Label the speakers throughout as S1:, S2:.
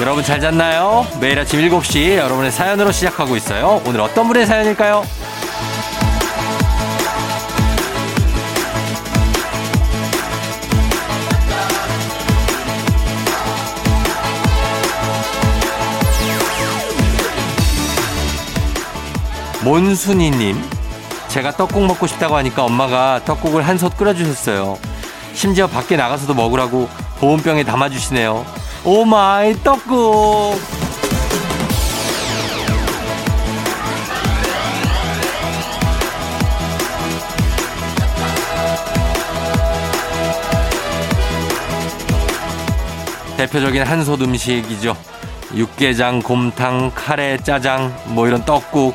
S1: 여러분 잘 잤나요? 매일 아침 7시 여러분의 사연으로 시작하고 있어요. 오늘 어떤 분의 사연일까요? 1 몬순이님, 제가 떡국 먹고 싶다고 하니까 엄마가 떡국을 한솥 끓여주셨어요. 심지어 밖에 나가서도 먹으라고 보온병에 담아주시네요. 오 마이 떡국! 대표적인 한솥 음식이죠. 육개장, 곰탕, 카레, 짜장, 뭐 이런 떡국.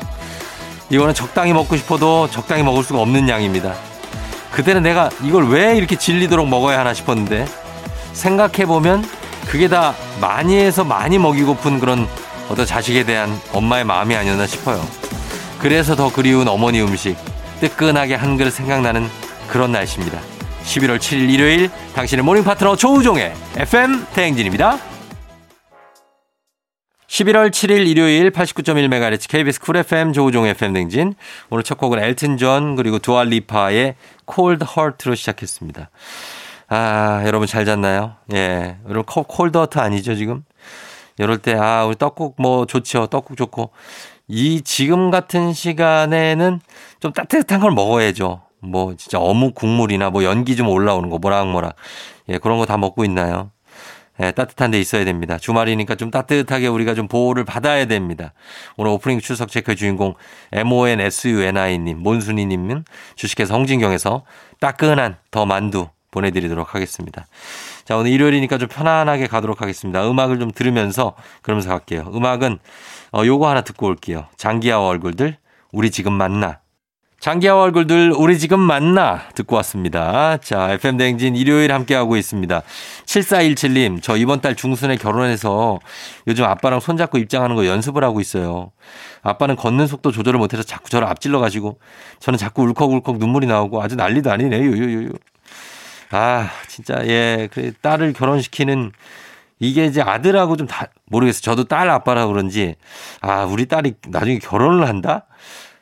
S1: 이거는 적당히 먹고 싶어도 적당히 먹을 수가 없는 양입니다. 그때는 내가 이걸 왜 이렇게 질리도록 먹어야 하나 싶었는데 생각해보면 그게 다 많이 해서 많이 먹이고픈 그런 어떤 자식에 대한 엄마의 마음이 아니었나 싶어요. 그래서 더 그리운 어머니 음식 뜨끈하게 한글 생각나는 그런 날씨입니다. 11월 7일 일요일 당신의 모닝 파트너 조우종의 FM 대행진입니다. 11월 7일 일요일 89.1MHz KBS 쿨 FM 조우종 FM 냉진. 오늘 첫 곡은 엘튼 존 그리고 두알리파의 콜드 허트로 시작했습니다. 아, 여러분 잘 잤나요? 예. 여러분 코- 콜드 허트 아니죠, 지금? 이럴 때, 아, 우리 떡국 뭐 좋죠. 떡국 좋고. 이 지금 같은 시간에는 좀 따뜻한 걸 먹어야죠. 뭐 진짜 어묵 국물이나 뭐 연기 좀 올라오는 거 모락모락. 예, 그런 거 다 먹고 있나요? 예, 따뜻한 데 있어야 됩니다. 주말이니까 좀 따뜻하게 우리가 좀 보호를 받아야 됩니다. 오늘 오프닝 출석 체크 주인공 MONSUNI님, 몬순이님은 주식회사 홍진경에서 따끈한 더 만두 보내드리도록 하겠습니다. 자, 오늘 일요일이니까 좀 편안하게 가도록 하겠습니다. 음악을 좀 들으면서 그러면서 갈게요. 음악은 어, 요거 하나 듣고 올게요. 장기하와 얼굴들, 우리 지금 만나. 장기하와 얼굴들 우리 지금 만나 듣고 왔습니다. 자, FM 대행진 일요일 함께하고 있습니다. 7417님, 저 이번 달 중순에 결혼해서 요즘 아빠랑 손잡고 입장하는 거 연습을 하고 있어요. 아빠는 걷는 속도 조절을 못해서 자꾸 저를 앞질러 가지고 저는 자꾸 울컥울컥 눈물이 나오고 아주 난리도 아니네요. 요요요요. 아, 진짜 예. 그래 딸을 결혼시키는 이게 이제 아들하고 좀 다, 모르겠어요. 저도 딸 아빠라 그런지, 아, 우리 딸이 나중에 결혼을 한다?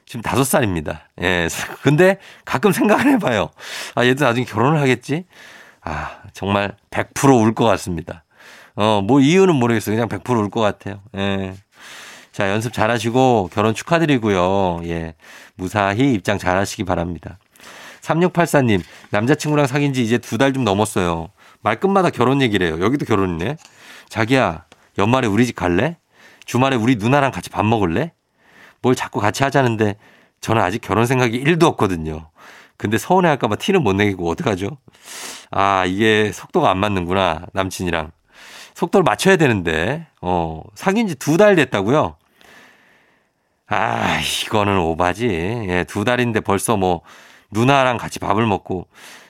S1: 지금 다섯 살입니다. 예. 근데 가끔 생각을 해봐요. 아, 얘도 나중에 결혼을 하겠지? 아, 정말 100%울 것 같습니다. 어, 뭐 이유는 모르겠어요. 그냥 100%울 것 같아요. 예. 자, 연습 잘 하시고 결혼 축하드리고요. 예. 무사히 입장 잘 하시기 바랍니다. 3684님, 남자친구랑 사귄 지 이제 두 달 좀 넘었어요. 말끝마다 결혼 얘기를 해요. 여기도 결혼이네. 자기야, 연말에 우리 집 갈래? 주말에 우리 누나랑 같이 밥 먹을래? 뭘 자꾸 같이 하자는데 저는 아직 결혼 생각이 1도 없거든요. 근데 서운해할까봐 티는 못 내겠고 어떡하죠? 아, 이게 속도가 안 맞는구나, 남친이랑. 속도를 맞춰야 되는데, 어, 사귄 지 두 달 됐다고요? 아, 이거는 오바지. 예, 두 달인데 벌써 뭐, 누나랑 같이 밥을 먹고,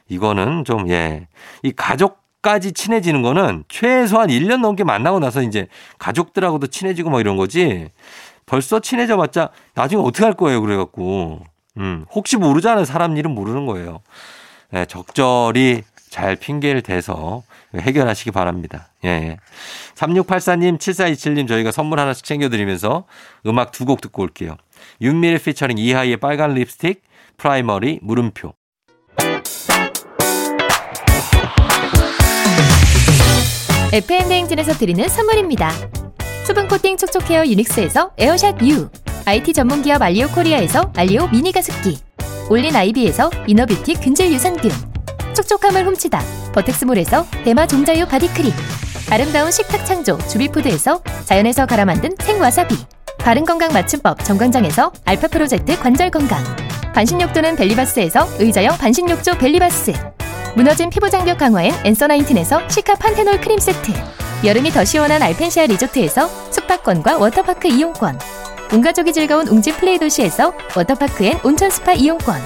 S1: 이거는 좀, 예. 이 가족까지 친해지는 거는 최소한 1년 넘게 만나고 나서 이제 가족들하고도 친해지고 막 이런 거지. 벌써 친해져 봤자 나중에 어떻게 할 거예요, 그래갖고. 음, 혹시 모르잖아요. 사람 일은 모르는 거예요. 예, 적절히 잘 핑계를 대서 해결하시기 바랍니다. 예, 예. 3684님, 7427님 저희가 선물 하나씩 챙겨드리면서 음악 두 곡 듣고 올게요. 윤미래 피처링 이하이의 빨간 립스틱, 프라이머리, 물음표.
S2: FM 대행진에서 드리는 선물입니다. 수분 코팅 촉촉 헤어 유닉스에서 에어샷 U, IT 전문 기업 알리오 코리아에서 알리오 미니 가습기, 올린 아이비에서 이너뷰티 균질 유산균, 촉촉함을 훔치다 버텍스몰에서 대마 종자유 바디크림, 아름다운 식탁 창조 주비푸드에서 자연에서 갈아 만든 생와사비, 바른 건강 맞춤법 정관장에서 알파 프로젝트 관절 건강, 반신욕조는 벨리바스에서 의자형 반신욕조 벨리바스. 무너진 피부 장벽 강화엔 엔서 나인틴에서 시카 판테놀 크림 세트 여름이 더 시원한 알펜시아 리조트에서 숙박권과 워터파크 이용권 온 가족이 즐거운 웅진 플레이 도시에서 워터파크엔 온천 스파 이용권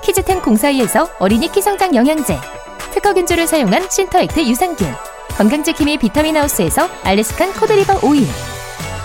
S2: 키즈텐 공사이에서 어린이 키성장 영양제 특허 균주를 사용한 신터액트 유산균 건강지킴이 비타민 하우스에서 알래스칸 코드리버 오일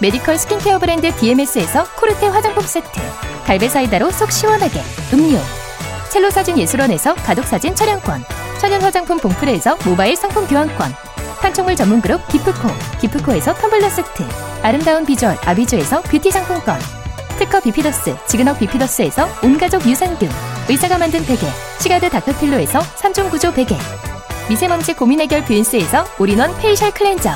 S2: 메디컬 스킨케어 브랜드 DMS에서 코르테 화장품 세트 갈베사이다로 속 시원하게 음료 첼로사진예술원에서 가족사진 촬영권 천연화장품 봉프레에서 모바일 상품 교환권 판촉물 전문 그룹 기프코 기프코에서 텀블러 세트 아름다운 비주얼 아비주에서 뷰티 상품권 특허 비피더스 지그넉 비피더스에서 온가족 유산균 의사가 만든 베개 시가드 닥터필로에서 3종 구조 베개 미세먼지 고민 해결 뷰인스에서 올인원 페이셜 클렌저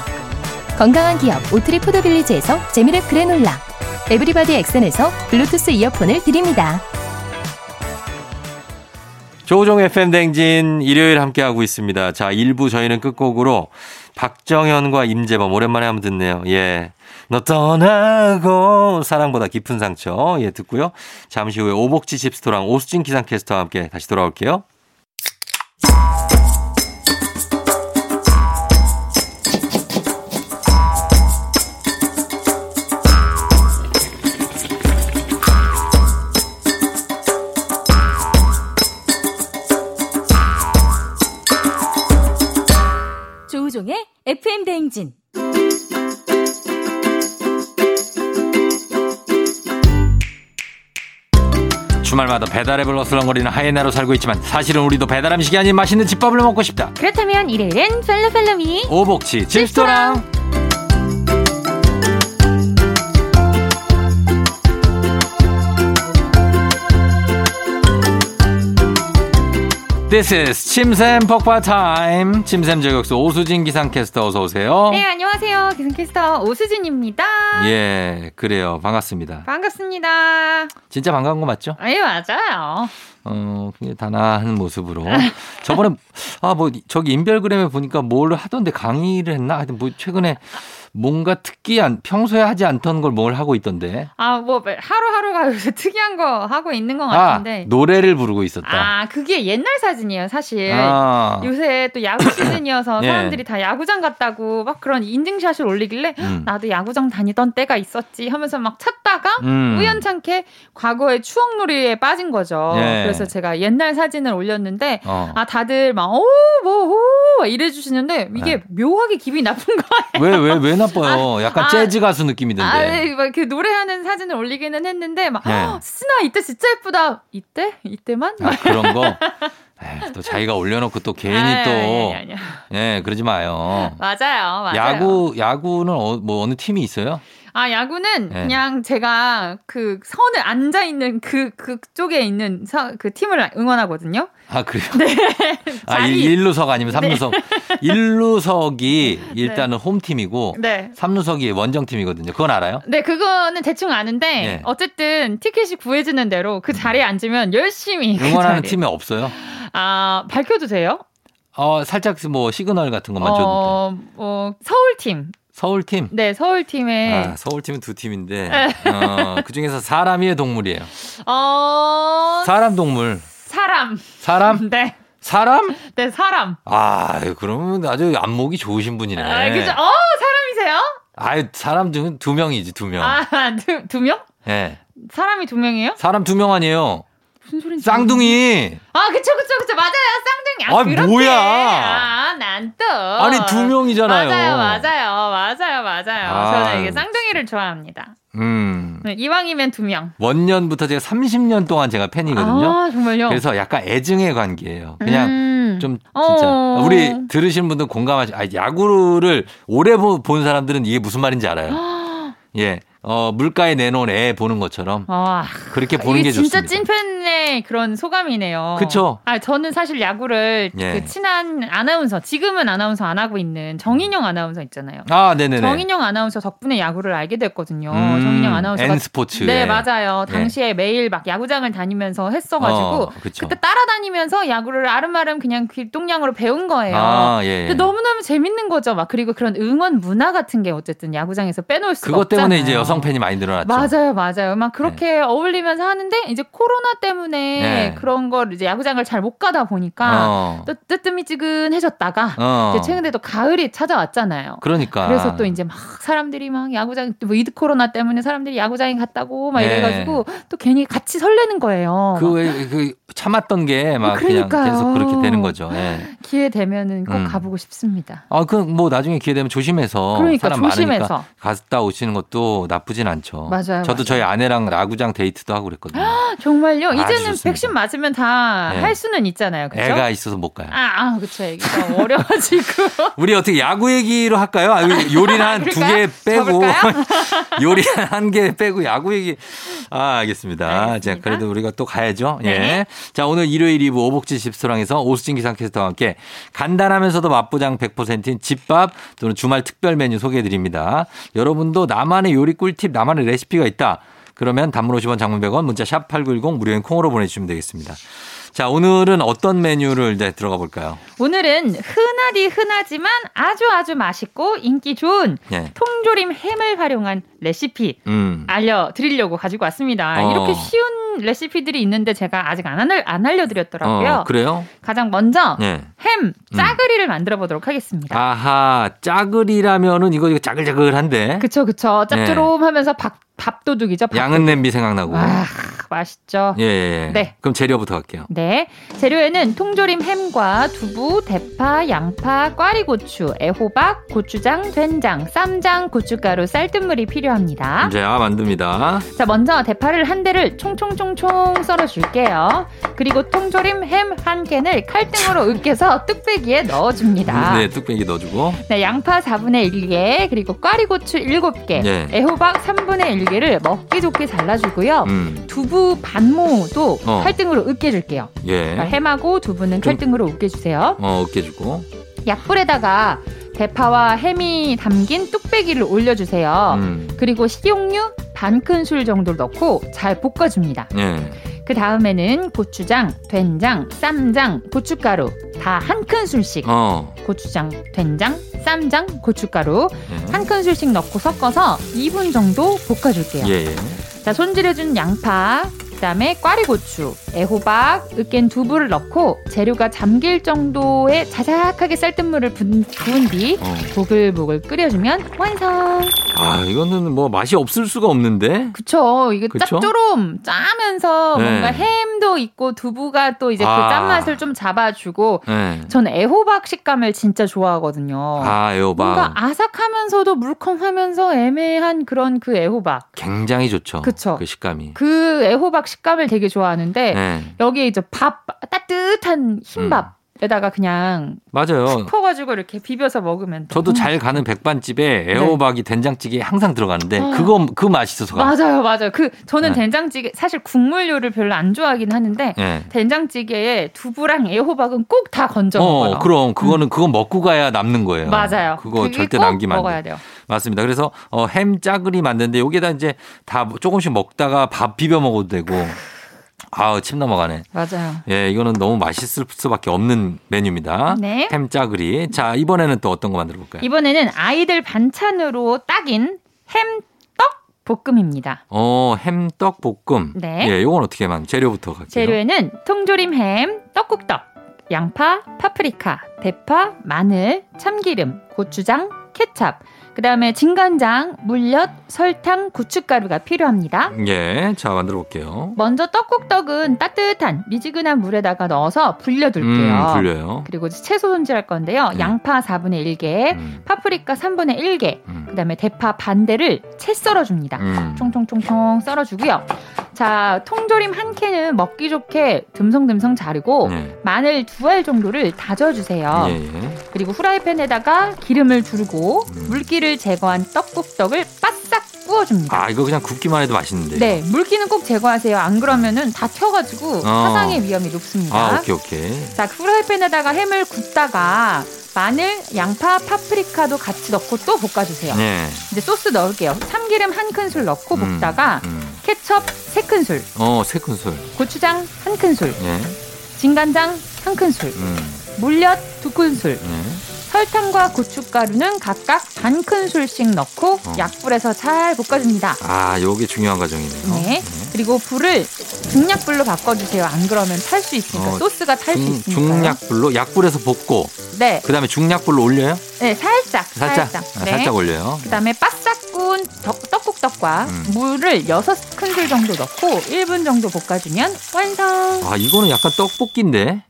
S2: 건강한 기업 오트리 푸드빌리지에서 재미랩 그래놀라 에브리바디 엑센에서 블루투스 이어폰을 드립니다.
S1: 조종 FM 댕진 일요일 함께하고 있습니다. 자, 1부 저희는 끝곡으로 박정현과 임재범 오랜만에 한번 듣네요. 예. 너 떠나고 사랑보다 깊은 상처 예 듣고요. 잠시 후에 오복지 집스토랑 오수진 기상캐스터와 함께 다시 돌아올게요.
S3: 조우종의 FM 대행진.
S1: 주말마다 배달앱을 어슬렁거리는 하이에나로 살고 있지만 사실은 우리도 배달 음식이 아닌 맛있는 집밥을 먹고 싶다.
S3: 그렇다면 일요일은 펠로펠로미.
S1: 오복치 집스토랑. This is 침샘 폭파 타임. 침샘 저격수 오수진 기상캐스터 어서 오세요.
S3: 네, 안녕하세요. 기상캐스터 오수진입니다.
S1: 예, 그래요. 반갑습니다.
S3: 반갑습니다.
S1: 진짜 반가운 거 맞죠?
S3: 예, 맞아요.
S1: 어, 굉장히 단아한 모습으로. 저번에, 아, 뭐, 저기 인별그램에 보니까 뭘 하던데 강의를 했나? 하여튼 뭐, 최근에 뭔가 특이한, 평소에 하지 않던 걸 뭘 하고 있던데.
S3: 아, 뭐, 하루하루가 요새 특이한 거 하고 있는 것
S1: 아,
S3: 같은데.
S1: 노래를 부르고 있었다.
S3: 어, 아, 예. 그게 옛날 사진이에요, 사실.
S1: 아,
S3: 요새 또 야구 시즌이어서
S1: 예.
S3: 사람들이 다 야구장 갔다고 막 그런 인증샷을 올리길래
S1: 음.
S3: 나도 야구장 다니던 때가 있었지 하면서 막 찾다가
S1: 음.
S3: 우연찮게 과거의 추억놀이에 빠진 거죠.
S1: 예.
S3: 그래서 제가 옛날 사진을 올렸는데
S1: 어.
S3: 아 다들 막오뭐오 이래 주시는데 이게
S1: 네.
S3: 묘하게 기분이 나쁜 거예요.
S1: 왜, 왜, 왜 나빠요? 약간
S3: 아,
S1: 재즈 가수 느낌이던데.
S3: 아막그 네. 노래하는 사진을 올리기는 했는데 막
S1: 예.
S3: "헉, 스나 이때 진짜 예쁘다. 이때 이때만
S1: 아, 그런 거. 에이, 또 자기가 올려놓고 또 괜히
S3: 아니,
S1: 또.
S3: 아니, 아니, 아니.
S1: 예, 그러지 마요.
S3: 맞아요, 맞아요.
S1: 야구, 야구는 어, 뭐 어느 팀이 있어요?
S3: 아, 야구는
S1: 네.
S3: 그냥 제가 그 선을 앉아 있는 그 그쪽에 있는 서- 그 팀을 응원하거든요.
S1: 아, 그래요? 아,
S3: 네. 자리.
S1: 일, 루석 아니면
S3: 네.
S1: 삼루석. 일루석이 일단은 홈팀이고
S3: 네.
S1: 삼루석이 원정팀이거든요. 그건 알아요?
S3: 네, 그거는 대충 아는데
S1: 네. 음.
S3: 어쨌든 티켓이 구해지는 대로 그 자리에 앉으면 열심히 그
S1: 응원하는
S3: 자리에-
S1: 팀이 없어요.
S3: 아, 밝혀도 돼요?
S1: 어, 살짝 뭐 시그널 같은 것만 줘도 돼.
S3: 어, 어, 서울팀.
S1: 서울팀.
S3: 네, 서울팀에
S1: 아, 서울팀은 두 팀인데 어, 그 중에서 사람이의 동물이에요.
S3: 어
S1: 사람 동물.
S3: 사람.
S1: 사람?
S3: 네.
S1: 사람?
S3: 네, 사람.
S1: 아, 그러면 아주 안목이 좋으신 분이네.
S3: 아, 그죠? 어, 사람이세요?
S1: 아유, 사람 중은 두 명이지, 두 명.
S3: 아, 두, 두 명?
S1: 예.
S3: 사람이 두 명이에요?
S1: 사람 두 명 아니에요.
S3: 무슨 소리인지
S1: 쌍둥이.
S3: 아, 그쵸, 그쵸, 그쵸. 맞아요. 쌍둥이. 아,
S1: 아,
S3: 그렇게.
S1: 뭐야.
S3: 아, 난 또.
S1: 아니, 두 명이잖아요.
S3: 맞아요, 맞아요, 맞아요, 맞아요.
S1: 아.
S3: 저는 이게 쌍둥이를 좋아합니다.
S1: 음.
S3: 네, 이왕이면 두 명.
S1: 원년부터 제가 30년 동안 제가 팬이거든요.
S3: 아, 정말요?
S1: 그래서 약간 애증의 관계예요. 그냥
S3: 음.
S1: 좀 진짜
S3: 어.
S1: 우리 들으신 분들 공감하시. 아, 야구를 오래 보- 본 사람들은 이게 무슨 말인지 알아요.
S3: 아,
S1: 예, 어, 물가에 내놓은 애 보는 것처럼
S3: 아,
S1: 그렇게 보는
S3: 이게
S1: 게
S3: 진짜
S1: 좋습니다.
S3: 찐팬의 그런 소감이네요.
S1: 그쵸?
S3: 아, 저는 사실 야구를
S1: 예.
S3: 그 친한 아나운서, 지금은 아나운서 안 하고 있는 정인영 아나운서 있잖아요.
S1: 아, 네네네.
S3: 정인영 아나운서 덕분에 야구를 알게 됐거든요.
S1: 음,
S3: 어, 정인영 아나운서가
S1: N 스포츠.
S3: 네, 맞아요.
S1: 예.
S3: 당시에 매일 막 야구장을 다니면서 했어가지고
S1: 그쵸.
S3: 그때 따라다니면서 야구를 아름아름 그냥 귓동냥으로 배운 거예요.
S1: 아, 예. 예.
S3: 근데 너무너무 재밌는 거죠. 막 그리고 그런 응원 문화 같은 게 어쨌든 야구장에서 빼놓을 수가
S1: 그것 때문에
S3: 없잖아요.
S1: 이제 여성 팬이 많이 늘어났죠.
S3: 맞아요, 맞아요. 막 그렇게 어울리면서 하는데 이제 코로나 때문에
S1: 네.
S3: 그런 걸 이제 야구장을 잘 못 가다 보니까
S1: 어.
S3: 또 뜨뜨미지근해졌다가
S1: 어.
S3: 이제 최근에 또 가을이 찾아왔잖아요.
S1: 그러니까.
S3: 그래서 또 이제 막 사람들이 막 야구장 뭐 이드 코로나 때문에 사람들이 야구장에 갔다고 막
S1: 네.
S3: 이래가지고 또 괜히 같이 설레는 거예요.
S1: 그, 왜- 그 참았던 게 막 그냥
S3: 그러니까요.
S1: 계속 그렇게 되는 거죠. 예.
S3: 기회 되면은 꼭
S1: 음.
S3: 가보고 싶습니다.
S1: 아, 그 뭐 나중에 기회 되면 조심해서
S3: 그러니까
S1: 사람 많으니까
S3: 조심해서
S1: 갔다 오시는 것도 나쁘진 않죠.
S3: 맞아요,
S1: 저도
S3: 맞아요. 아,
S1: 저희 아내랑 라구장 데이트도 하고 그랬거든요.
S3: 정말요.
S1: 아주
S3: 이제는
S1: 좋습니다.
S3: 백신 맞으면 다
S1: 네.
S3: 할 수는 있잖아요. 그렇죠?
S1: 애가 있어서 못 가요.
S3: 아, 아 그쵸. 애기가 어려가지고.
S1: 우리 어떻게 야구 얘기로 할까요? 아, 요리는 한 두 개
S3: 그럴까요?
S1: 빼고
S3: 접을까요?
S1: 요리는 한 개 빼고 야구 얘기. 아, 알겠습니다.
S3: 알겠습니다.
S1: 자, 그래도 우리가 또 가야죠. 예.
S3: 네.
S1: 자, 오늘 일요일 2부 오복지 집스토랑에서 오수진 기상캐스터와 함께 간단하면서도 맛보장 100%인 집밥 또는 주말 특별 메뉴 소개해 드립니다. 여러분도 나만의 요리 꿀팁, 나만의 레시피가 있다. 그러면 단문 50원 장문 100원 문자 샵 8910 무료인 콩으로 보내주시면 되겠습니다. 자, 오늘은 어떤 메뉴를 이제 들어가 볼까요?
S3: 오늘은 흔하디 흔하지만 아주 아주 맛있고 인기 좋은
S1: 예.
S3: 통조림 햄을 활용한 레시피
S1: 음.
S3: 알려드리려고 가지고 왔습니다.
S1: 어.
S3: 이렇게 쉬운 레시피들이 있는데 제가 아직 안, 알려, 안 알려드렸더라고요.
S1: 어, 그래요?
S3: 가장 먼저
S1: 예.
S3: 햄 짜글이를 만들어 보도록 하겠습니다.
S1: 아하, 짜글이라면은 이거 이거 짜글짜글한데
S3: 그쵸 그쵸 짭조름하면서 밥 밥도둑이죠. 밥.
S1: 네. 양은 냄비 생각나고.
S3: 아 맛있죠.
S1: 예, 예. 예.
S3: 네.
S1: 그럼 재료부터 갈게요.
S3: 네. 재료에는 통조림 햄과 두부, 대파, 양파, 꽈리고추, 애호박, 고추장, 된장, 쌈장, 고춧가루, 쌀뜨물이 필요합니다.
S1: 이제 아 만듭니다.
S3: 자, 먼저 대파를 한 대를 총총총총 썰어 줄게요. 그리고 통조림 햄 한 캔을 칼등으로 으깨서 뚝배기에 넣어 줍니다.
S1: 네, 뚝배기 넣어주고.
S3: 네, 양파 4분의 1개, 그리고 꽈리고추 7개,
S1: 예.
S3: 애호박 3분의 1개를 먹기 좋게 잘라주고요.
S1: 음,
S3: 두부 반모도
S1: 어.
S3: 칼등으로 으깨줄게요. 그러니까
S1: 예.
S3: 햄하고 두부는
S1: 좀-
S3: 칼등으로 으깨주세요.
S1: 어, 으깨주고.
S3: 약불에다가 대파와 햄이 담긴 뚝배기를 올려주세요.
S1: 음,
S3: 그리고 식용유 반 큰술 정도 넣고 잘 볶아줍니다.
S1: 예.
S3: 그 다음에는 고추장, 된장, 쌈장, 고춧가루 다 한 큰술씩
S1: 어.
S3: 고추장, 된장, 쌈장, 고춧가루
S1: 예.
S3: 한 큰술씩 넣고 섞어서 2분 정도 볶아줄게요.
S1: 예, 예.
S3: 자, 손질해준 양파, 그다음에 꽈리고추, 애호박, 으깬 두부를 넣고 재료가 잠길 정도의 자작하게 쌀뜨물을 분- 부은 뒤
S1: 어.
S3: 보글보글 끓여주면 완성.
S1: 아, 이거는 뭐 맛이 없을 수가 없는데.
S3: 그쵸. 이게
S1: 그쵸?
S3: 짭조름 짜면서
S1: 네.
S3: 뭔가 햄도 있고 두부가 또 이제
S1: 아.
S3: 그 짠맛을 좀 잡아주고
S1: 예.
S3: 전 애호박 식감을 진짜 좋아하거든요.
S1: 아,
S3: 뭔가
S1: 애호박.
S3: 아삭하면서도 물컹하면서 애매한 그런 그 애호박.
S1: 굉장히 좋죠.
S3: 그쵸.
S1: 그 식감이.
S3: 그 애호박 식감을 되게 좋아하는데
S1: 예.
S3: 여기에 이제 밥 따뜻한
S1: 음.
S3: 흰밥에다가 그냥
S1: 맞아요.
S3: 퍼가지고 이렇게 비벼서 먹으면 음. 또.
S1: 어. 저도 잘 가는 백반집에 애호박이 된장찌개에 항상 들어가는데
S3: 네. 아.
S1: 그거 그 맛이 있어서 가.
S3: 맞아요, 맞아요. 그 저는
S1: 네.
S3: 된장찌개 사실 국물류를 별로 안 좋아하긴 하는데
S1: 예.
S3: 된장찌개에 두부랑 애호박은 꼭 다 건져 먹어요.
S1: 어, 그럼 그거는 그건 먹고 가야 남는 거예요.
S3: 음. 맞아요.
S1: 그거
S3: 그게
S1: 절대
S3: 꼭
S1: 남기면 안
S3: 먹어야
S1: 돼요.
S3: 돼요.
S1: 맞습니다. 그래서 어, 햄 짜글이 만드는데 여기다 이제 다 조금씩 먹다가 밥 비벼 먹어도 되고 아우 침 넘어가네.
S3: 맞아요.
S1: 예, 이거는 너무 맛있을 수밖에 없는 메뉴입니다.
S3: 네.
S1: 햄 짜글이. 자, 이번에는 또 어떤 거 만들어 볼까요?
S3: 이번에는 아이들 반찬으로 딱인 햄떡 볶음입니다.
S1: 어, 햄떡 볶음.
S3: 네.
S1: 예, 요건 어떻게 만 재료부터 갈게요.
S3: 재료에는 통조림 햄, 떡국떡, 양파, 파프리카, 대파, 마늘, 참기름, 고추장, 케찹, 그 다음에 진간장, 물엿, 설탕, 고춧가루가 필요합니다.
S1: 예. 자, 만들어 볼게요.
S3: 먼저 떡국떡은 따뜻한 미지근한 물에다가 넣어서 불려둘게요.
S1: 음, 불려요.
S3: 그리고 이제 채소 손질할 건데요.
S1: 네.
S3: 양파 4분의 1개,
S1: 음,
S3: 파프리카 3분의 1개,
S1: 음,
S3: 그 다음에 대파 반대를 채 썰어줍니다.
S1: 음.
S3: 총총총총 썰어주고요. 자, 통조림 한 캔은 먹기 좋게 듬성듬성 자르고
S1: 예.
S3: 마늘 두 알 정도를 다져주세요.
S1: 예, 예.
S3: 그리고 후라이팬에다가 기름을 두르고
S1: 음.
S3: 물기를 제거한 떡국떡을 바싹 구워줍니다.
S1: 아, 이거 그냥 굽기만 해도 맛있는데.
S3: 네, 물기는 꼭 제거하세요. 안 그러면은 다 튀어가지고 사상의 위험이
S1: 아,
S3: 높습니다.
S1: 오케이, 오케이.
S3: 자, 그 후라이팬에다가 햄을 굽다가 마늘, 양파, 파프리카도 같이 넣고 또 볶아주세요.
S1: 네.
S3: 이제 소스 넣을게요. 참기름 한 큰술 넣고
S1: 음.
S3: 볶다가
S1: 음.
S3: 케첩 세 큰술,
S1: 어, 세 큰술.
S3: 고추장 한 큰술,
S1: 예.
S3: 진간장 한 큰술,
S1: 음.
S3: 물엿 두 큰술,
S1: 예.
S3: 설탕과 고춧가루는 각각 반 큰술씩 넣고
S1: 어.
S3: 약불에서 잘 볶아줍니다.
S1: 아, 요게 중요한 과정이네요.
S3: 네. 그리고 불을 중약불로 바꿔주세요. 안 그러면 탈 수 있으니까
S1: 어,
S3: 소스가 탈 수
S1: 중,
S3: 있으니까.
S1: 중약불로 약불에서 볶고
S3: 네,
S1: 그다음에 중약불로 올려요?
S3: 네 살짝,
S1: 살짝
S3: 살짝.
S1: 살짝, 아,
S3: 네.
S1: 살짝 올려요.
S3: 그다음에 바싹 구운 덕- 떡국떡과
S1: 음.
S3: 물을 여섯 큰술 정도 넣고 1분 정도 볶아주면 완성.
S1: 아, 이거는 약간 떡볶이인데.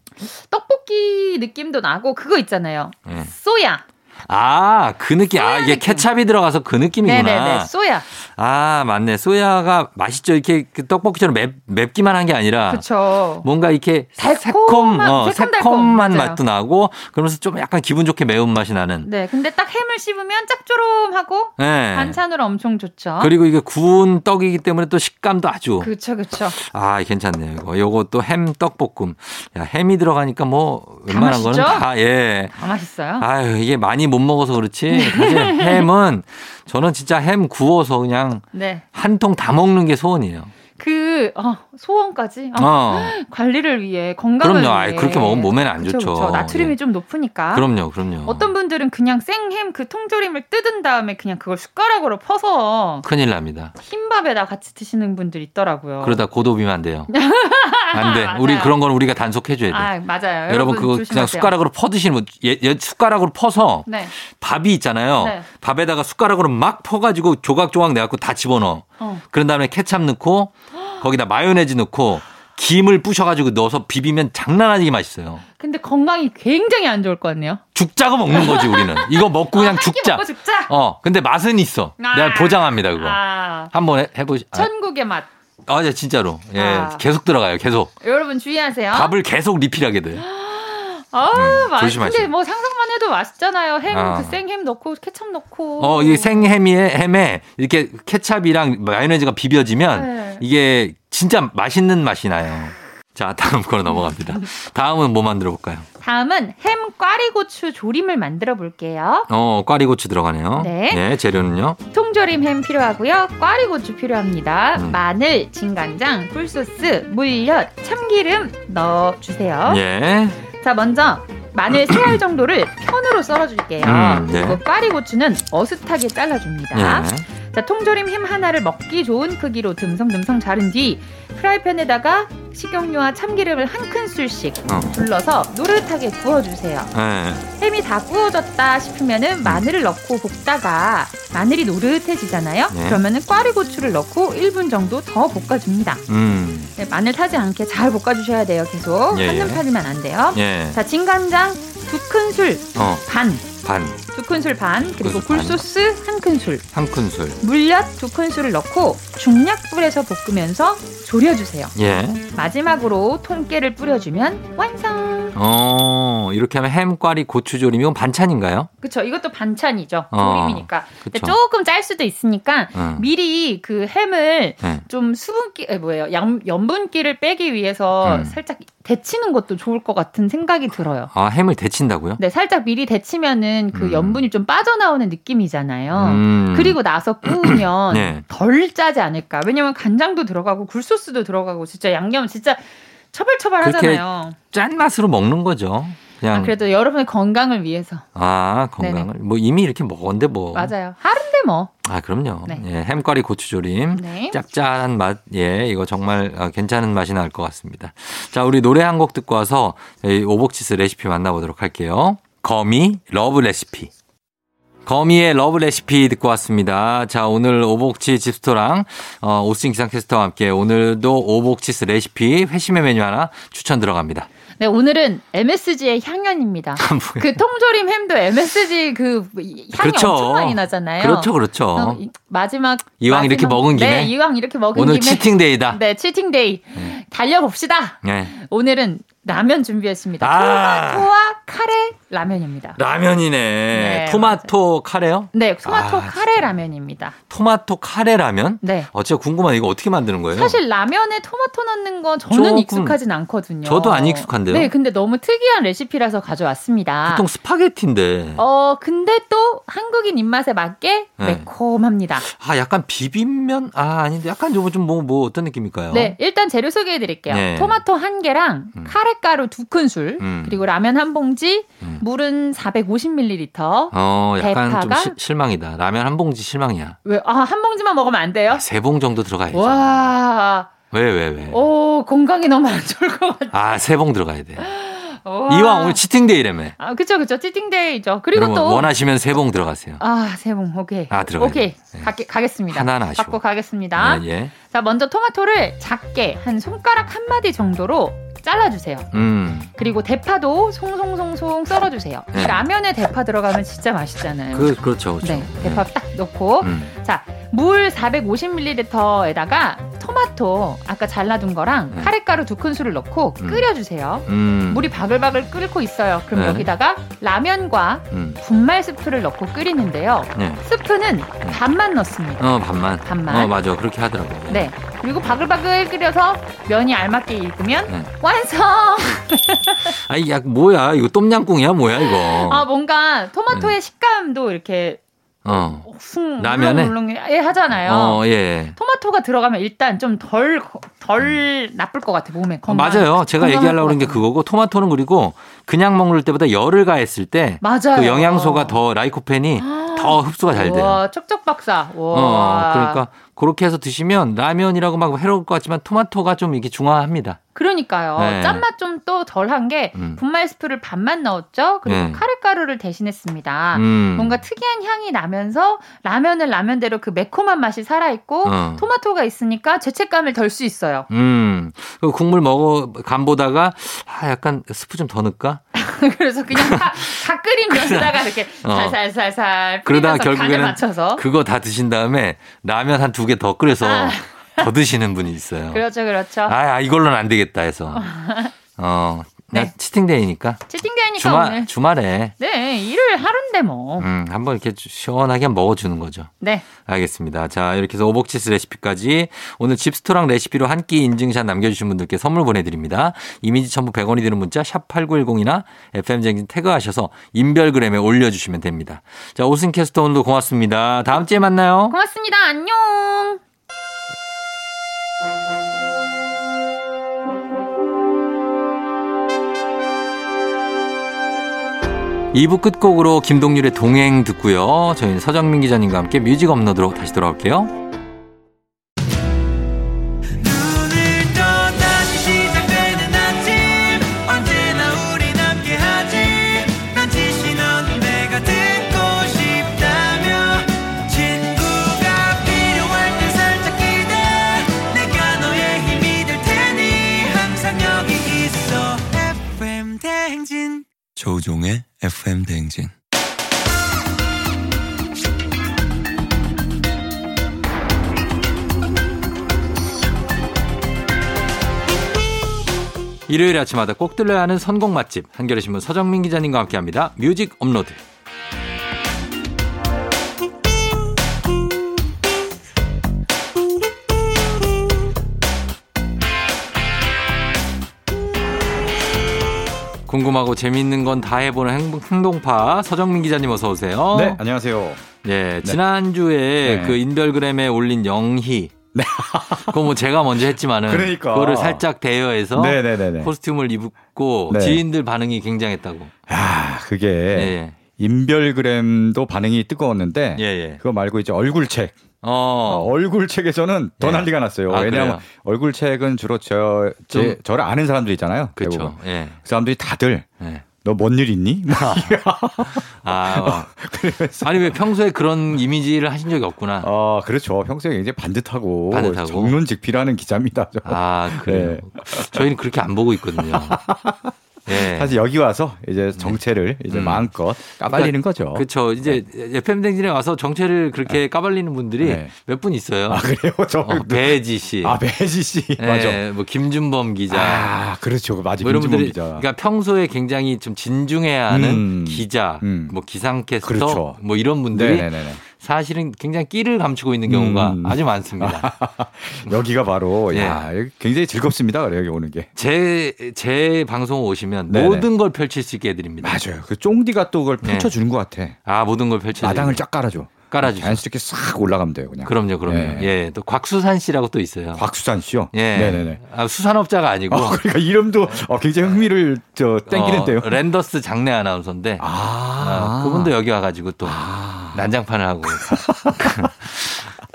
S3: 떡볶이 느낌도 나고 그거 있잖아요.
S1: 네.
S3: 쏘야.
S1: 아, 그 느낌. 아, 이게
S3: 느낌.
S1: 케찹이 들어가서 그 느낌이구나.
S3: 네네네. 쏘야.
S1: 아, 맞네. 소야가 맛있죠. 이렇게 그 떡볶이처럼 맵, 맵기만 한 게 아니라
S3: 그쵸.
S1: 뭔가 이렇게
S3: 달콤한-
S1: 새콤, 어,
S3: 새콤달콤.
S1: 새콤한
S3: 맞아요.
S1: 맛도 나고 그러면서 좀 약간 기분 좋게 매운 맛이 나는.
S3: 네, 근데 딱 햄을 씹으면 짭조름하고
S1: 네.
S3: 반찬으로 엄청 좋죠.
S1: 그리고 이게 구운 떡이기 때문에 또 식감도 아주
S3: 그쵸, 그쵸.
S1: 아 괜찮네요 이거 요것도 햄 떡볶음 야 햄이 들어가니까 뭐 웬만한 거는
S3: 맛있죠?
S1: 다예
S3: 아, 맛있어요.
S1: 아유 이게 많이 못 먹어서 그렇지 사실 햄은 저는 진짜 햄 구워서 그냥
S3: 네.
S1: 한 통 다 먹는 게 소원이에요
S3: 그, 아, 소원까지. 아,
S1: 어
S3: 관리를 위해, 건강을
S1: 그럼요
S3: 위해.
S1: 아 그렇게 먹으면 몸에는 안
S3: 그쵸,
S1: 좋죠
S3: 그쵸. 나트륨이
S1: 예.
S3: 좀 높으니까.
S1: 그럼요 그럼요
S3: 어떤 분들은 그냥 생햄 그 통조림을 뜯은 다음에 그냥 그걸 숟가락으로 퍼서
S1: 큰일 납니다
S3: 흰밥에다 같이 드시는 분들 있더라고요.
S1: 그러다 고도비면 안 돼요 안 돼
S3: 어. 맞아요.
S1: 우리 그런 건 우리가 단속해 줘야 돼
S3: 아, 맞아요.
S1: 네, 여러분 그거 그냥
S3: 조심하세요.
S1: 숟가락으로 퍼 드시는 분 예, 예, 숟가락으로 퍼서
S3: 네.
S1: 밥이 있잖아요.
S3: 네.
S1: 밥에다가 숟가락으로 막 퍼가지고 조각조각 내갖고 다 집어넣어.
S3: 어.
S1: 그런 다음에 케찹 넣고 거기다 마요네즈 넣고 김을 부셔가지고 넣어서 비비면 장난 아니게 맛있어요.
S3: 근데 건강이 굉장히 안 좋을 것 같네요.
S1: 죽자고 먹는 거지 우리는. 이거 먹고 그냥
S3: 아,
S1: 죽자.
S3: 먹고 죽자.
S1: 어, 근데 맛은 있어.
S3: 아.
S1: 내가 보장합니다 그거.
S3: 아,
S1: 한번 해, 보시. 아,
S3: 천국의 맛.
S1: 아, 예, 진짜로. 예,
S3: 아.
S1: 계속 들어가요. 계속
S3: 여러분 주의하세요.
S1: 밥을 계속 리필하게 돼.
S3: 아, 맛.
S1: 조심하세요.
S3: 근데 뭐 상상만 해도 맛있잖아요. 햄,
S1: 아.
S3: 그 생햄 넣고 케첩 넣고.
S1: 어, 이 생햄이에 햄에 이렇게 케찹이랑 마요네즈가 비벼지면
S3: 네.
S1: 이게 진짜 맛있는 맛이 나요. 자, 다음 거로 넘어갑니다. 다음은 뭐 만들어 볼까요?
S3: 다음은 햄 꽈리고추 조림을 만들어 볼게요.
S1: 어, 꽈리고추 들어가네요.
S3: 네.
S1: 재료는요?
S3: 통조림 햄 필요하고요. 꽈리고추 필요합니다.
S1: 음.
S3: 마늘, 진간장, 굴소스, 물엿, 참기름 넣어주세요.
S1: 예.
S3: 자, 먼저 마늘 3알 정도를 편으로 썰어줄게요.
S1: 음, 네.
S3: 그리고 꽈리고추는 어슷하게 잘라줍니다.
S1: 예.
S3: 자, 통조림 햄 하나를 먹기 좋은 크기로 듬성듬성 자른 뒤 프라이팬에다가 식용유와 참기름을 한 큰술씩
S1: 어.
S3: 둘러서 노릇하게 구워주세요.
S1: 예.
S3: 햄이 다 구워졌다
S1: 음.
S3: 싶으면은 마늘을 넣고 볶다가 마늘이 노릇해지잖아요.
S1: 네.
S3: 그러면은 꽈리고추를 넣고 1분 정도 더 볶아줍니다.
S1: 음.
S3: 네, 마늘 타지 않게 잘 볶아주셔야 돼요. 계속
S1: 예,
S3: 한눈
S1: 예.
S3: 팔리면 안 돼요.
S1: 예.
S3: 자, 진간장 두 큰술
S1: 어,
S3: 반,
S1: 반.
S3: 두 큰술 반,
S1: 그래서
S3: 그리고
S1: 반.
S3: 굴소스 한 큰술,
S1: 한 큰술.
S3: 물엿 두 큰술을 넣고 중약불에서 볶으면서 졸여주세요.
S1: 예.
S3: 마지막으로 통깨를 뿌려주면 완성.
S1: 어, 이렇게 하면 햄, 꽈리, 고추조림. 이건 반찬인가요?
S3: 그쵸? 이것도 반찬이죠.
S1: 어,
S3: 조림이니까. 근데
S1: 그쵸.
S3: 조금 짤 수도 있으니까
S1: 응.
S3: 네, 미리 그 햄을
S1: 예.
S3: 좀 수분기 에, 뭐예요 양- 염분기를 빼기 위해서
S1: 음.
S3: 살짝 데치는 것도 좋을 것 같은 생각이 들어요.
S1: 아, 햄을 데친다고요?
S3: 네, 살짝 미리 데치면은 그
S1: 음.
S3: 염분이 좀 빠져나오는 느낌이잖아요.
S1: 음.
S3: 어. 그리고 나서 구우면
S1: 네.
S3: 덜 짜지 않을까. 왜냐면 간장도 들어가고 굴소스도 들어가고 진짜 양념 진짜 처벌처벌하잖아요.
S1: 짠 맛으로 먹는 거죠. 그냥
S3: 아, 그래도 여러분의 건강을 위해서
S1: 아, 건강을 뭐 이미 이렇게 먹었는데 뭐.
S3: 맞아요. 하루인데 뭐.
S1: 아, 그럼요.
S3: 네.
S1: 예, 햄과리 고추조림.
S3: 네.
S1: 짭짤한 맛, 예, 이거 정말 아, 괜찮은 맛이 날 것 같습니다. 자, 우리 노래 한 곡 듣고 와서 예, 이 오복치스 레시피 만나보도록 할게요. 거미 러브 레시피. 거미의 러브 레시피 듣고 왔습니다. 자, 오늘 오복치 집스토랑 어, 오스틴 기상캐스터와 함께 오늘도 오복치스 레시피 회심의 메뉴 하나 추천 들어갑니다.
S3: 네, 오늘은 MSG의 향연입니다.
S1: 아,
S3: 그 통조림 햄도 MSG 그 향이
S1: 그렇죠.
S3: 엄청 많이 나잖아요.
S1: 그렇죠,
S3: 네. 그래서
S1: 그렇죠.
S3: 이- 마지막
S1: 이왕 이렇게 먹은 김에
S3: 네, 이왕 이렇게 먹은
S1: 오늘
S3: 김에
S1: 치팅데이다.
S3: 네, 치팅 데이. 달려봅시다.
S1: 네.
S3: 오늘은 라면 준비했습니다.
S1: 아.
S3: 토마토와 카레 라면입니다.
S1: 라면이네. 토마토 카레요?
S3: 네, 토마토
S1: 아,
S3: 카레 라면입니다.
S1: 토마토 카레 라면?
S3: 네.
S1: 어, 제가 궁금한 이거 어떻게 만드는 거예요?
S3: 사실 라면에 토마토 넣는 건 저는
S1: 조금.
S3: 익숙하진 않거든요.
S1: 저도 안 익숙한데요.
S3: 네, 근데 너무 특이한 레시피라서 가져왔습니다.
S1: 보통 스파게티인데.
S3: 아. 어, 근데 또 한국인 입맛에 맞게
S1: 네.
S3: 매콤합니다.
S1: 아, 약간 비빔면? 아, 아닌데. 약간 좀뭐뭐 뭐, 뭐 어떤 느낌일까요?
S3: 네, 일단 재료 네, 소개해 드릴게요.
S1: 네.
S3: 토마토 한 개랑
S1: 음.
S3: 카레 카레가루 두 큰술,
S1: 음.
S3: 그리고 라면 한 봉지,
S1: 음.
S3: 물은 450ml.
S1: 어, 약간 좀
S3: 대파가?
S1: 시- 실망이다. 라면 한 봉지 실망이야. 아,
S3: 왜, 아, 한 봉지만 먹으면 안 돼요?
S1: 세 봉 정도 들어가야죠.
S3: 와,
S1: 왜, 왜, 왜?
S3: 오, 건강이 너무 안 좋을 것 같아.
S1: 아, 세 봉 들어가야 돼.
S3: 와.
S1: 이왕 오늘 치팅데이라며.
S3: 아, 그쵸, 그쵸. 찌팅데이죠. 그리고
S1: 여러분,
S3: 또.
S1: 원하시면 세 봉 들어가세요.
S3: 아, 세봉, 오케이.
S1: 아, 들어가요.
S3: 오케이.
S1: 예.
S3: 가, 가겠습니다.
S1: 하나는 아쉬워.
S3: 받고 가겠습니다.
S1: 예, 예.
S3: 자, 먼저 토마토를 작게 한 손가락 한 마디 정도로 잘라주세요.
S1: 음.
S3: 그리고 대파도 송송송송 썰어주세요.
S1: 네.
S3: 라면에 대파 들어가면 진짜 맛있잖아요.
S1: 그, 그렇죠. 그렇죠.
S3: 네, 대파 딱 넣고
S1: 음.
S3: 물 450ml에다가 토마토 아까 잘라둔 거랑
S1: 네.
S3: 카레가루 두 큰술을 넣고
S1: 음.
S3: 끓여주세요.
S1: 음.
S3: 물이 바글바글 끓고 있어요. 그럼
S1: 네.
S3: 여기다가 라면과
S1: 음.
S3: 분말 스프를 넣고 끓이는데요.
S1: 네.
S3: 스프는 반만 넣습니다.
S1: 어, 반만.
S3: 반만.
S1: 어, 맞아. 그렇게 하더라고. 요
S3: 네. 그리고 바글바글 끓여서 면이 알맞게 익으면
S1: 네.
S3: 완성!
S1: 아니, 야, 뭐야. 이거 똠양꿍이야? 뭐야, 이거.
S3: 아, 뭔가 토마토의 식감도 이렇게
S1: 어.
S3: 훅
S1: 음. 라면에?
S3: 울렁울렁 예, 하잖아요.
S1: 어, 예.
S3: 토마토가 들어가면 일단 좀 덜 덜 나쁠 것 같아 몸에 건강.
S1: 음. 맞아요. 제가
S3: 건강할
S1: 얘기하려고 그런 게
S3: 것 어, 같아요.
S1: 그거고 토마토는 그리고 그냥 먹을 때보다 열을 가했을 때 그
S3: 맞아요. 아.
S1: 영양소가 더 라이코펜이 더 흡수가 잘 돼요.
S3: 와 척척 박사. 와.
S1: 어, 그러니까 그렇게 해서 드시면 라면이라고 막 해로울 것 같지만 토마토가 좀 이게 중화합니다.
S3: 그러니까요.
S1: 네.
S3: 짠맛 좀 또 덜한 게
S1: 음.
S3: 분말 스프를 반만 넣었죠. 그리고
S1: 네.
S3: 카레가루를 대신했습니다.
S1: 음.
S3: 아, 뭔가 특이한 향이 나면서 라면은 라면대로 그 매콤한 맛이 살아 있고
S1: 어.
S3: 토마토가 있으니까 죄책감을 덜 수 있어요.
S1: 음. 그 국물 먹어 간 보다가 아, 약간 스프 좀 더 넣을까?
S3: 그래서 그냥 다, 다 끓인 면에다가 이렇게
S1: 어.
S3: 살살살살
S1: 그러다가
S3: 뿌리면서 간에
S1: 결국에는
S3: 맞춰서
S1: 그거 다 드신 다음에 라면 한 두 개 더 끓여서
S3: 아.
S1: 더 드시는 분이 있어요.
S3: 그렇죠 그렇죠.
S1: 아, 아, 이걸로는 안 되겠다 해서. 어. 나
S3: 네.
S1: 치팅데이니까
S3: 채팅되니까
S1: 주말
S3: 오늘
S1: 주말에
S3: 네 일을 하루인데 뭐.
S1: 음, 한번 이렇게 시원하게 먹어 주는 거죠.
S3: 네
S1: 알겠습니다. 자, 이렇게 해서 오복치스 레시피까지 오늘 집스토랑 레시피로 한 끼 인증샷 남겨주신 분들께 선물 보내드립니다. 이미지 첨부 100원이 드는 문자 샵8910이나 FM쟁진 태그하셔서 인별그램에 올려주시면 됩니다. 자, 오승 캐스터 오늘도 고맙습니다. 다음 주에 만나요.
S3: 고맙습니다 안녕.
S1: 이부 끝곡으로 김동률의 동행 듣고요. 저희는 서정민 기자님과 함께 뮤직 업로드로 다시 돌아올게요.
S4: 오늘 또 다시 시작되는 아침 언제나 우리 함께하지 난 지시 넌 내가 듣고 싶다며 친구가 필요할 때 살짝 기대 내가 너의 힘이 될 테니 항상 여기 있어 FM 대행진 조종의 FM 대행진
S1: 일요일 아침마다 꼭 들러야 하는 선곡 맛집 한겨레 신문 서정민 기자님과 함께합니다. 뮤직 업로드. 궁금하고 재미있는 건 다 해보는 행- 행동파 서정민 기자님 어서 오세요.
S5: 네, 안녕하세요.
S1: 예, 지난주에
S5: 네.
S1: 그 인별그램에 올린 영희. 그거 뭐 제가 먼저 했지만은
S5: 그러니까.
S1: 거를 살짝 대여해서
S5: 네네네네.
S1: 코스튬을 입고
S5: 네.
S1: 지인들 반응이 굉장했다고.
S5: 아, 그게
S1: 예.
S5: 인별그램도 반응이 뜨거웠는데
S1: 예, 예.
S5: 그거 말고 이제 얼굴책. 어,
S1: 어.
S5: 얼굴책에서는 더
S1: 예.
S5: 난리가 났어요.
S1: 아,
S5: 왜냐하면
S1: 그래요?
S5: 얼굴책은 주로 저, 제,
S1: 좀-
S5: 저를 아는 사람들 있잖아요.
S1: 그렇죠.
S5: 대부분.
S1: 예.
S5: 그 사람들이 다들
S1: 예.
S5: 너 뭔 일 있니? 어,
S1: 아. 아니 왜 평소에 그런 이미지를 하신 적이 없구나.
S5: 아, 그렇죠. 평소에 굉장히 반듯하고,
S1: 반듯하고.
S5: 정론직필하는 기자입니다. 저.
S1: 아, 그래요.
S5: 네.
S1: 저희는 그렇게 안 보고 있거든요. 예.
S5: 사실 여기 와서 이제 정체를 이제
S1: 네. 음.
S5: 마음껏 까발리는 거죠.
S1: 그렇죠. 이제 FM 댕진에 와서 정체를 그렇게 까발리는 분들이
S5: 네.
S1: 몇 분 있어요.
S5: 아, 그래요? 저.
S1: 어, 배지 씨.
S5: 아, 배지 씨.
S1: 예,
S5: 맞아.
S1: 뭐 김준범 기자.
S5: 아, 그렇죠. 맞아.
S1: 뭐 이런
S5: 김준범
S1: 분들이
S5: 기자.
S1: 그러니까 평소에 굉장히 좀 진중해야 하는
S5: 음.
S1: 기자,
S5: 음.
S1: 뭐 기상캐스터,
S5: 그렇죠.
S1: 뭐 이런 분들이
S5: 네네네.
S1: 사실은 굉장히 끼를 감추고 있는 경우가
S5: 음.
S1: 아주 많습니다.
S5: 여기가 바로
S1: 예.
S5: 야 여기 굉장히 즐겁습니다. 그래 여기 오는 게
S1: 제 제 방송 오시면
S5: 네네.
S1: 모든 걸 펼칠 수 있게 해드립니다.
S5: 맞아요. 그 쫑디가 또 그걸
S1: 네.
S5: 펼쳐주는 것 같아.
S1: 아 모든 걸 펼쳐.
S5: 마당을 쫙 깔아줘.
S1: 깔아주세요.
S5: 자연스럽게 싹 올라가면 돼요, 그냥.
S1: 그럼요, 그럼요.
S5: 예.
S1: 예, 또 곽수산 씨라고 또 있어요.
S5: 곽수산 씨요.
S1: 예,
S5: 네네네.
S1: 아, 수산업자가 아니고
S5: 어, 그러니까 이름도 어, 굉장히 흥미를 저 땡기는데요.
S1: 어, 랜더스 장례 아나운서인데
S5: 아,
S1: 아, 그분도 여기 와가지고 또
S5: 아,
S1: 난장판을 하고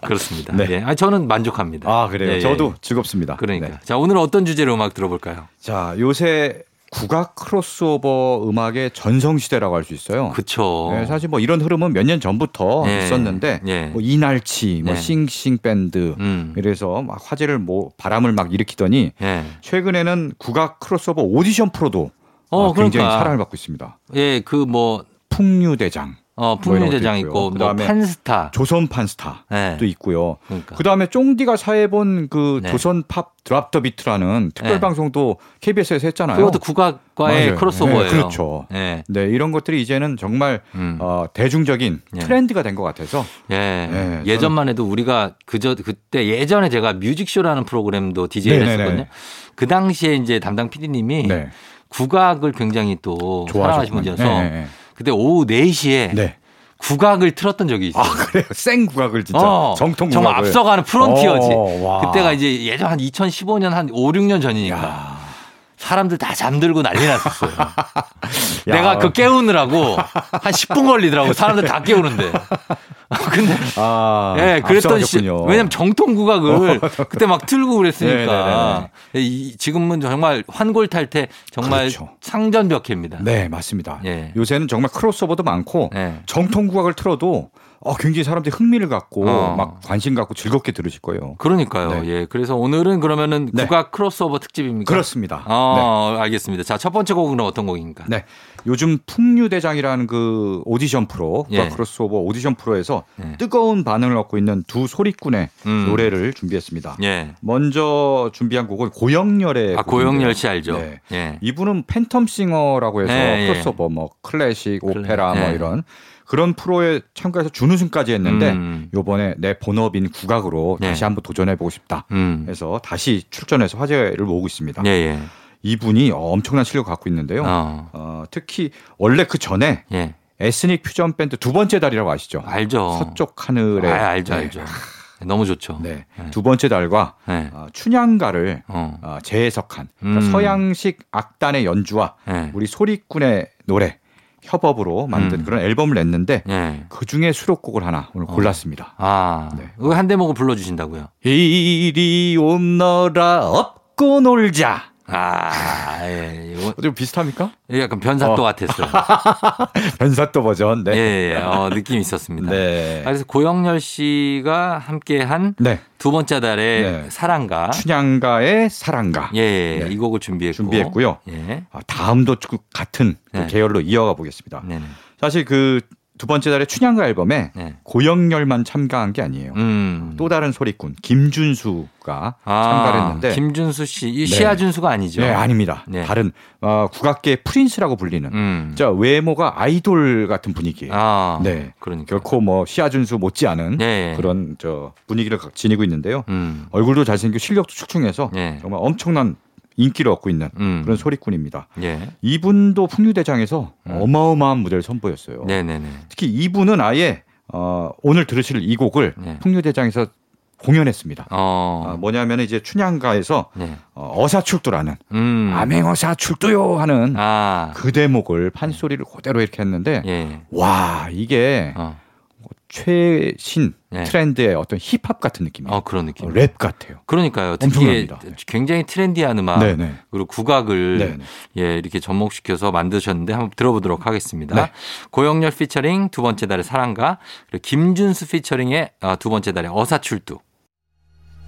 S1: 그렇습니다.
S5: 네.
S1: 예, 아, 저는 만족합니다.
S5: 아, 그래요.
S1: 예, 예.
S5: 저도 즐겁습니다.
S1: 그러니까.
S5: 네.
S1: 자, 오늘 어떤 주제로 음악 들어볼까요?
S5: 자, 요새 국악 크로스오버 음악의 전성시대라고 할 수 있어요.
S1: 그쵸.
S5: 네, 사실 뭐 이런 흐름은 몇 년 전부터
S1: 예.
S5: 있었는데
S1: 예.
S5: 뭐 이날치, 뭐
S1: 네.
S5: 싱싱 밴드
S1: 음.
S5: 이래서 막 화제를 뭐 바람을 막 일으키더니
S1: 예.
S5: 최근에는 국악 크로스오버 오디션 프로도
S1: 어,
S5: 어, 굉장히
S1: 그러니까.
S5: 사랑을 받고 있습니다.
S1: 예, 그 뭐,
S5: 풍류대장,
S1: 어,
S5: 뭐 이런 것도
S1: 풍류대장
S5: 있고요.
S1: 있고, 뭐,
S5: 그다음에
S1: 판스타.
S5: 조선판스타도
S1: 예.
S5: 있고요.
S1: 그러니까.
S5: 그 다음에 쫑디가 사회본 그
S1: 네.
S5: 조선팝 드랍 더 비트라는 특별
S1: 네.
S5: 방송도 KBS에서 했잖아요.
S1: 그것도 국악과의
S5: 맞아요.
S1: 크로스오버예요.
S5: 네, 그렇죠.
S1: 예.
S5: 네, 이런 것들이 이제는 정말
S1: 음.
S5: 어, 대중적인
S1: 네.
S5: 트렌드가 된 것 같아서
S1: 예.
S5: 예,
S1: 예전만 해도 우리가 그저 그때 예전에 제가 뮤직쇼라는 프로그램도 DJ를
S5: 네, 네, 네.
S1: 했었거든요. 그 당시에 이제 담당 PD님이
S5: 네,
S1: 국악을 굉장히 또 사랑하신
S5: 좋아하셨군요.
S1: 분이어서
S5: 네, 네,
S1: 그때 오후 4시에
S5: 네. 네.
S1: 국악을 틀었던 적이 있어요.
S5: 아 그래요? 생 국악을 진짜
S1: 어,
S5: 정통 국악을.
S1: 정말 앞서가는 프론티어지.
S5: 어, 와.
S1: 그때가 이제 예전 한 2015년 한 5, 6년 전이니까
S5: 야.
S1: 사람들 다 잠들고 난리 났었어요.
S5: 야.
S1: 내가 그 깨우느라고 한 10분 걸리더라고. 사람들 다 깨우는데. 근데
S5: 아,
S1: 예, 그랬던 시,
S5: 앞서가셨군요.
S1: 왜냐면 정통 국악을 그때 막 틀고 그랬으니까. 예,
S5: 네네네네.
S1: 이- 지금은 정말 환골 탈태 정말
S5: 그렇죠.
S1: 상전벽해입니다.
S5: 네 맞습니다.
S1: 예.
S5: 요새는 정말 크로스오버도 많고
S1: 예.
S5: 정통 국악을 틀어도 어, 굉장히 사람들이 흥미를 갖고
S1: 어.
S5: 막 관심 갖고 즐겁게 들으실 거예요.
S1: 그러니까요.
S5: 네.
S1: 예. 그래서 오늘은 그러면은
S5: 네.
S1: 국악 크로스오버 특집입니까?
S5: 그렇습니다.
S1: 어, 알겠습니다. 자, 첫 번째 곡은 어떤 곡입니까?
S5: 네. 요즘 풍류대장이라는 그 오디션 프로, 그러니까
S1: 예.
S5: 크로스오버 오디션 프로에서
S1: 예.
S5: 뜨거운 반응을 얻고 있는 두 소리꾼의
S1: 음.
S5: 노래를 준비했습니다.
S1: 예.
S5: 먼저 준비한 곡은 고영렬의
S1: 아,
S5: 네, 곡인데요.
S1: 고영열 씨 알죠?
S5: 네.
S1: 예.
S5: 이분은 팬텀싱어라고 해서
S1: 예, 예.
S5: 크로스오버 뭐 클래식, 오페라
S1: 클래-
S5: 뭐
S1: 예.
S5: 이런 그런 프로에 참가해서 준우승까지 했는데
S1: 음.
S5: 요번에 내 본업인 국악으로
S1: 예.
S5: 다시 한번 도전해 보고 싶다.
S1: 음.
S5: 해서 다시 출전해서 화제를 모으고 있습니다.
S1: 예, 예.
S5: 이분이 엄청난 실력을 갖고 있는데요.
S1: 어.
S5: 어, 특히 원래 그 전에
S1: 예.
S5: 에스닉 퓨전 밴드 두 번째 달이라고 아시죠?
S1: 알죠.
S5: 서쪽 하늘에
S1: 아, 알죠,
S5: 네.
S1: 알죠. 너무 좋죠.
S5: 네.
S1: 네.
S5: 두 번째 달과
S1: 예.
S5: 어, 춘향가를
S1: 어.
S5: 어, 재해석한 그러니까
S1: 음.
S5: 서양식 악단의 연주와
S1: 예.
S5: 우리 소리꾼의 노래 협업으로 만든
S1: 음.
S5: 그런 앨범을 냈는데
S1: 예.
S5: 그 중에 수록곡을 하나 오늘
S1: 어.
S5: 골랐습니다.
S1: 아.
S5: 네.
S1: 그거 한 대목을 불러 주신다고요.
S5: 예, 이리 온너라 업고 놀자.
S1: 아, 예. 이거
S5: 좀 비슷합니까?
S1: 약간 변사또
S5: 어.
S1: 같았어요.
S5: 변사또 버전.
S1: 예,
S5: 네.
S1: 예. 어, 느낌이 있었습니다.
S5: 네.
S1: 아, 그래서 고영열 씨가 함께 한 두
S5: 네.
S1: 번째 달의
S5: 네.
S1: 사랑가.
S5: 춘향가의 사랑가.
S1: 아. 예, 예.
S5: 네.
S1: 이 곡을 준비했고.
S5: 준비했고요.
S1: 예.
S5: 아, 다음도 쭉 같은 그
S1: 네.
S5: 계열로 이어가 보겠습니다.
S1: 네, 네.
S5: 사실 그 두 번째 달의 춘향가 앨범에
S1: 네.
S5: 고영렬만 참가한 게 아니에요.
S1: 음.
S5: 또 다른 소리꾼 김준수가
S1: 아,
S5: 참가를 했는데
S1: 김준수 씨. 이
S5: 네.
S1: 시아준수가 아니죠.
S5: 네, 아닙니다.
S1: 네.
S5: 다른 어, 국악계의 프린스라고 불리는
S1: 음.
S5: 진짜 외모가 아이돌 같은 분위기예요.
S1: 아.
S5: 네.
S1: 그러니까.
S5: 결코 뭐 시아준수 못지않은
S1: 예, 예.
S5: 그런 저 분위기를 가- 지니고 있는데요.
S1: 음.
S5: 얼굴도 잘생기고 실력도 출중해서
S1: 예.
S5: 정말 엄청난 인기를 얻고 있는
S1: 음.
S5: 그런 소리꾼입니다.
S1: 예.
S5: 이분도 풍류대장에서
S1: 음.
S5: 어마어마한 무대를 선보였어요.
S1: 네, 네, 네.
S5: 특히 이분은 아예 어, 오늘 들으실 이 곡을
S1: 네.
S5: 풍류대장에서 공연했습니다. 아,
S1: 어.
S5: 뭐냐면 이제 춘향가에서
S1: 네.
S5: 어, 어사출두라는
S1: 음.
S5: 암행어사출두요 하는
S1: 아.
S5: 그 대목을 판소리를 그대로 이렇게 했는데
S1: 예.
S5: 와 이게
S1: 어.
S5: 최신
S1: 네.
S5: 트렌드의 어떤 힙합 같은 느낌이에요.
S1: 어, 그런 느낌.
S5: 어, 랩 같아요.
S1: 그러니까요. 특히
S5: 엄청납니다. 네.
S1: 굉장히 트렌디한 음악
S5: 네네.
S1: 그리고 국악을
S5: 네네.
S1: 예, 이렇게 접목시켜서 만드셨는데 한번 들어보도록 하겠습니다.
S5: 네.
S1: 고영렬 피처링 두 번째 달의 사랑가 그리고 김준수 피처링의 아, 두 번째 달의 어사출두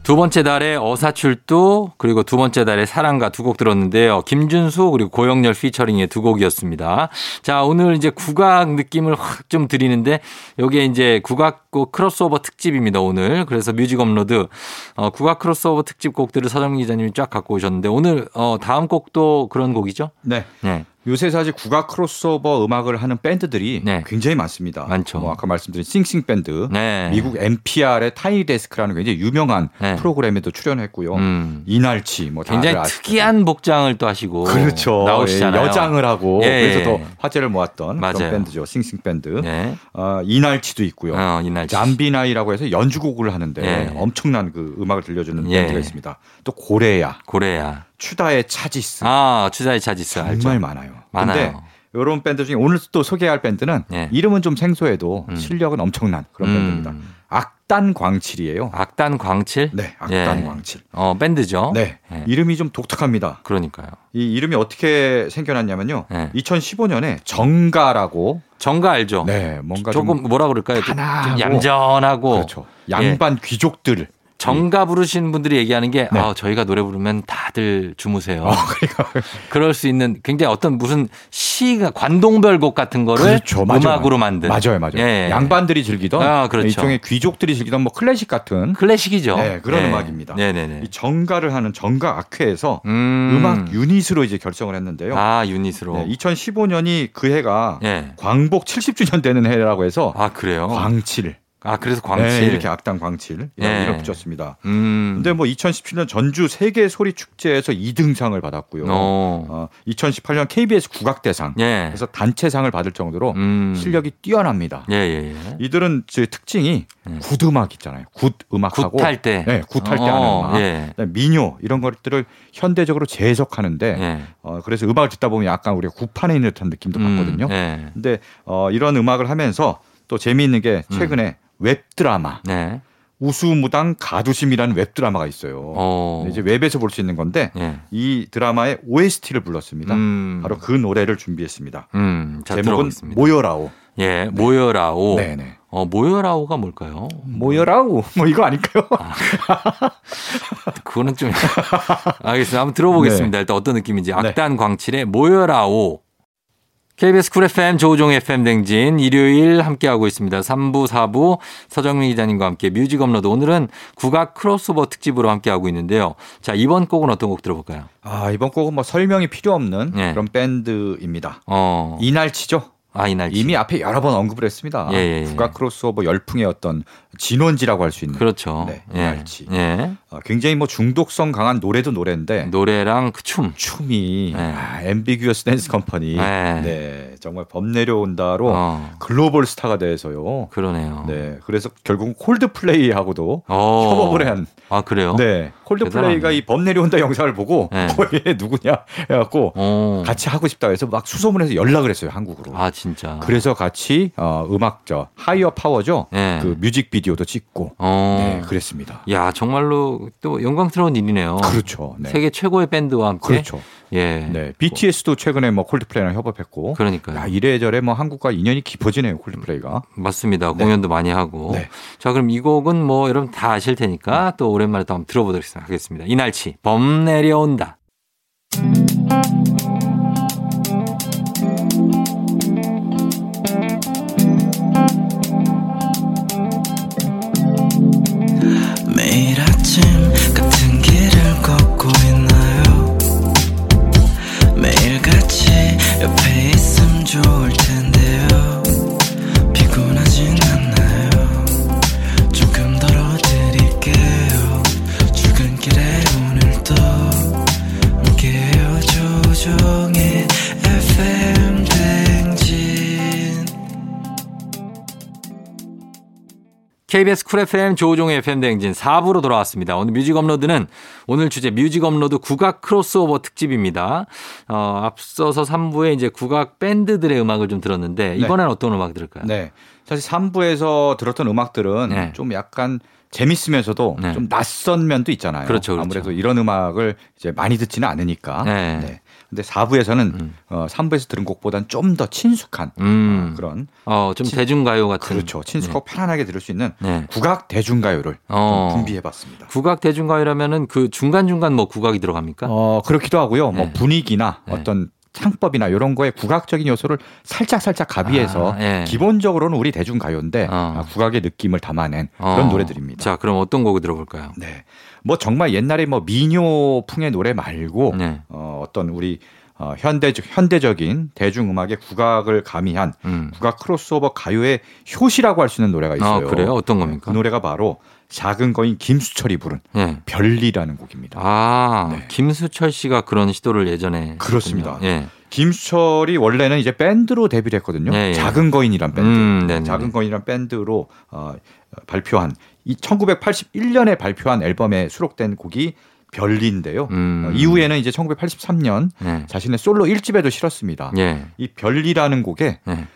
S1: 두 번째 달의 어사출두 그리고 두 번째 달의 사랑가 두 곡 들었는데요. 김준수 그리고 고영렬 피처링의 두 곡이었습니다. 자 오늘 이제 국악 느낌을 확 좀 드리는데 여기에 이제 국악곡 그 크로스오버 특집입니다 오늘 그래서 뮤직 업로드 어, 국악 크로스오버 특집 곡들을 서정 기자님이 쫙 갖고 오셨는데 오늘 어, 다음 곡도 그런 곡이죠?
S5: 네.
S1: 네.
S5: 요새 사실 국악 크로스오버 음악을 하는 밴드들이
S1: 네.
S5: 굉장히 많습니다.
S1: 많죠.
S5: 뭐 아까 말씀드린 싱싱 밴드,
S1: 네.
S5: 미국 NPR의 타이니 데스크라는 굉장히 유명한
S1: 네.
S5: 프로그램에도 출연했고요.
S1: 음.
S5: 이날치 뭐 다들
S1: 굉장히
S5: 어, 아시죠.
S1: 특이한 복장을 또 하시고
S5: 그렇죠.
S1: 나오시잖아요.
S5: 예, 여장을 하고
S1: 예, 예.
S5: 그래서 더 화제를 모았던
S1: 맞아요.
S5: 그런 밴드죠. 싱싱 밴드.
S1: 네.
S5: 어, 이날치도 있고요.
S1: 어, 이날
S5: 잠비나이라고 해서 연주곡을 하는데
S1: 예.
S5: 엄청난 그 음악을 들려주는
S1: 예.
S5: 밴드가 있습니다. 또 고래야,
S1: 고래야.
S5: 추다의 차지스
S1: 아 추자의 차지스
S5: 정말
S1: 알죠.
S5: 많아요.
S1: 많아요.
S5: 근데 이런 밴드 중에 오늘 또 소개할 밴드는
S1: 예.
S5: 이름은 좀 생소해도
S1: 음.
S5: 실력은 엄청난 그런
S1: 음.
S5: 밴드입니다. 악단 광칠이에요.
S1: 악단 광칠.
S5: 네, 악단
S1: 예.
S5: 광칠.
S1: 어 밴드죠.
S5: 네,
S1: 예.
S5: 이름이 좀 독특합니다.
S1: 그러니까요.
S5: 이 이름이 어떻게 생겨났냐면요.
S1: 예.
S5: 2015년에 정가라고
S1: 정가 알죠.
S5: 네, 뭔가 좀
S1: 어. 조금 뭐 뭐라 그럴까요? 좀- 좀
S5: 단아하고
S1: 얌전하고
S5: 그렇죠. 양반
S1: 예.
S5: 귀족들
S1: 정가 부르시는 분들이 얘기하는 게
S5: 음. 네. 어,
S1: 아, 저희가 노래 부르면 다들 주무세요. 그럴수 있는 굉장히 어떤 무슨 시가 관동별곡 같은 거를
S5: 그렇죠. 맞아요.
S1: 음악으로 만든
S5: 맞아요, 맞아요.
S1: 예.
S5: 양반들이 즐기던
S1: 아, 그렇죠.
S5: 일종의 귀족들이 즐기던 뭐 클래식 같은
S1: 클래식이죠.
S5: 네, 그런 음악입니다.
S1: 네네네.
S5: 이 정가를 하는 정가 악회에서
S1: 예. 음.
S5: 음. 악 유닛으로 이제 결정을 했는데요.
S1: 아 유닛으로.
S5: 네, 2015년이 그 해가
S1: 예.
S5: 광복 70주년 되는 해라고 해서
S1: 아 그래요.
S5: 광칠,
S1: 아 그래서 광칠.
S5: 네, 이렇게 악당 광칠 이런
S1: 예.
S5: 이름 붙였습니다.
S1: 음.
S5: 근데 뭐 2017년 전주 세계 소리 축제에서 2등상을 받았고요.
S1: 어.
S5: 어, 2018년 KBS 국악 대상
S1: 예.
S5: 그래서 단체상을 받을 정도로
S1: 음.
S5: 실력이 뛰어납니다.
S1: 예예예. 예,
S5: 이들은 제 특징이
S1: 음.
S5: 굿 음악 있잖아요. 굿 음악하고
S1: 굿할 때.
S5: 네, 굿할 때 하는
S1: 어,
S5: 음악.
S1: 예.
S5: 그다음에 민요 이런 것들을 현대적으로 재해석하는데
S1: 예.
S5: 어, 그래서 음악을 듣다 보면 약간 우리가 굿판에 있는 듯한 느낌도 받거든요.
S1: 음, 예.
S5: 근데 어, 이런 음악을 하면서 또 재미있는 게
S1: 음.
S5: 최근에 웹 드라마
S1: 네.
S5: 우수무당 가두심이라는 웹 드라마가 있어요.
S1: 어.
S5: 근데 이제 웹에서 볼 수 있는 건데
S1: 예.
S5: 이 드라마의 OST를 불렀습니다.
S1: 음.
S5: 바로 그 노래를 준비했습니다.
S1: 음. 자,
S5: 제목은
S1: 들어보겠습니다.
S5: 모여라오.
S1: 예. 모여라오.
S5: 네네.
S1: 어, 모여라오가 뭘까요?
S5: 모여라오. 뭐 이거 아닐까요?
S1: 그거는 좀 알겠습니다. 한번
S5: 네.
S1: 들어보겠습니다. 일단 어떤 느낌인지 악단 광칠의 모여라오. KBS 쿨 FM 조우종 FM 댕진 일요일 함께하고 있습니다. 3부, 4부 서정민 기자님과 함께 뮤직 업로드 오늘은 국악 크로스오버 특집으로 함께하고 있는데요. 자 이번 곡은 어떤 곡 들어볼까요?
S5: 아, 이번 곡은 뭐 설명이 필요 없는
S1: 네.
S5: 그런 밴드입니다.
S1: 어,
S5: 이날치죠?
S1: 아이날
S5: 이미 앞에 여러 번 언급을 했습니다.
S1: 예, 예, 예.
S5: 국악 크로스오버 열풍의 어떤 진원지라고 할 수 있는
S1: 그렇죠.
S5: 네,
S1: 예.
S5: 이날치.
S1: 예.
S5: 어, 굉장히 뭐 중독성 강한 노래도 노래인데
S1: 노래랑 그 춤.
S5: 춤이
S1: 네.
S5: 아, 앰비규어스 댄스 컴퍼니
S1: 네.
S5: 네. 정말 범 내려온다로
S1: 어,
S5: 글로벌 스타가 돼서요.
S1: 그러네요.
S5: 네, 그래서 결국 콜드플레이하고도
S1: 어.
S5: 협업을 한
S1: 아 그래요?
S5: 네, 콜드플레이가
S1: 대단하네.
S5: 이 범 내려온다 영상을 보고
S1: 네.
S5: 어, 얘 누구냐 해갖고
S1: 어.
S5: 같이 하고 싶다 해서 막 수소문해서 연락을 했어요 한국으로.
S1: 아 진짜.
S5: 그래서 같이 어, 음악 저 하이어 파워죠.
S1: 예.
S5: 그 뮤직비디오도 찍고
S1: 어.
S5: 네, 그랬습니다.
S1: 야 정말로 또 영광스러운 일이네요.
S5: 그렇죠. 네.
S1: 어. 세계 최고의 밴드와 함께.
S5: 그렇죠.
S1: 예.
S5: 네, BTS도 최근에 뭐 콜드플레이랑 협업했고
S1: 그러니까
S5: 야,
S1: 요
S5: 이래저래 뭐 한국과 인연이 깊어지네요, 콜드플레이가.
S1: 맞습니다.
S5: 네.
S1: 공연도 많이 하고.
S5: 네.
S1: 자 그럼 이 곡은 뭐 여러분 다 아실 테니까 또 오랜만에 또 한번 들어보도록 하겠습니다. 이날치 범 내려온다.
S4: 매일 아침 같은 길을 걷고 있나요 매일 같이 옆에 있음 좋을 텐데요 피곤하진 않나요 조금 덜어드릴게요 출근길에 오늘도 함께해요 조종의 FM 댕진
S1: KBS 쿨 FM 조우종의 FM 대행진 4부로 돌아왔습니다. 오늘 뮤직 업로드는 오늘 주제 뮤직 업로드 국악 크로스오버 특집입니다. 어, 앞서서 3부에 이제 국악 밴드들의 음악을 좀 들었는데 이번엔 어떤 음악 들을까요?
S5: 네. 사실 3부에서 들었던 음악들은
S1: 네.
S5: 좀 약간 재밌으면서도
S1: 네.
S5: 좀 낯선 면도 있잖아요.
S1: 그렇죠, 그렇죠.
S5: 아무래도 이런 음악을 이제 많이 듣지는 않으니까.
S1: 네.
S5: 근데 4부에서는
S1: 음.
S5: 어, 3부에서 들은 곡보단 좀 더 친숙한
S1: 음.
S5: 아, 그런
S1: 어, 좀
S5: 친-
S1: 대중가요 같은.
S5: 그렇죠. 친숙하고 편안하게 들을 수 있는
S1: 네.
S5: 국악 대중가요를
S1: 어.
S5: 준비해 봤습니다.
S1: 국악 대중가요라면은 그 중간 중간 뭐 국악이 들어갑니까?
S5: 어, 그렇기도 하고요. 뭐
S1: 네.
S5: 분위기나
S1: 네.
S5: 어떤 창법이나 이런 거에 국악적인 요소를 살짝 살짝 가미해서
S1: 아, 예.
S5: 기본적으로는 우리 대중 가요인데
S1: 어.
S5: 아, 국악의 느낌을 담아낸 그런
S1: 어.
S5: 노래들입니다.
S1: 자, 그럼 어떤 곡을 들어볼까요?
S5: 네, 뭐 정말 옛날에 뭐 민요풍의 노래 말고
S1: 네.
S5: 어, 어떤 우리 어, 현대적 현대적인 대중 음악의 국악을 가미한
S1: 음.
S5: 국악 크로스오버 가요의 효시라고 할 수 있는 노래가
S1: 아,
S5: 있어요.
S1: 그래요? 어떤 겁니까?
S5: 그 노래가 바로 작은 거인 김수철이 부른
S1: 예.
S5: 별리라는 곡입니다.
S1: 아,
S5: 네.
S1: 김수철 씨가 그런 시도를 예전에
S5: 그렇습니다.
S1: 했군요. 예.
S5: 김수철이 원래는 이제 밴드로 데뷔를 했거든요.
S1: 예, 예.
S5: 작은 거인이란 밴드. 그
S1: 음, 네네.
S5: 어, 작은 거인이란 밴드로 어, 발표한 이 1981년에 발표한 앨범에 수록된 곡이 별리인데요.
S1: 음.
S5: 어, 이후에는 이제 1983년
S1: 예.
S5: 자신의 솔로 1집에도 실었습니다.
S1: 예.
S5: 이 별리라는 곡에
S1: 예.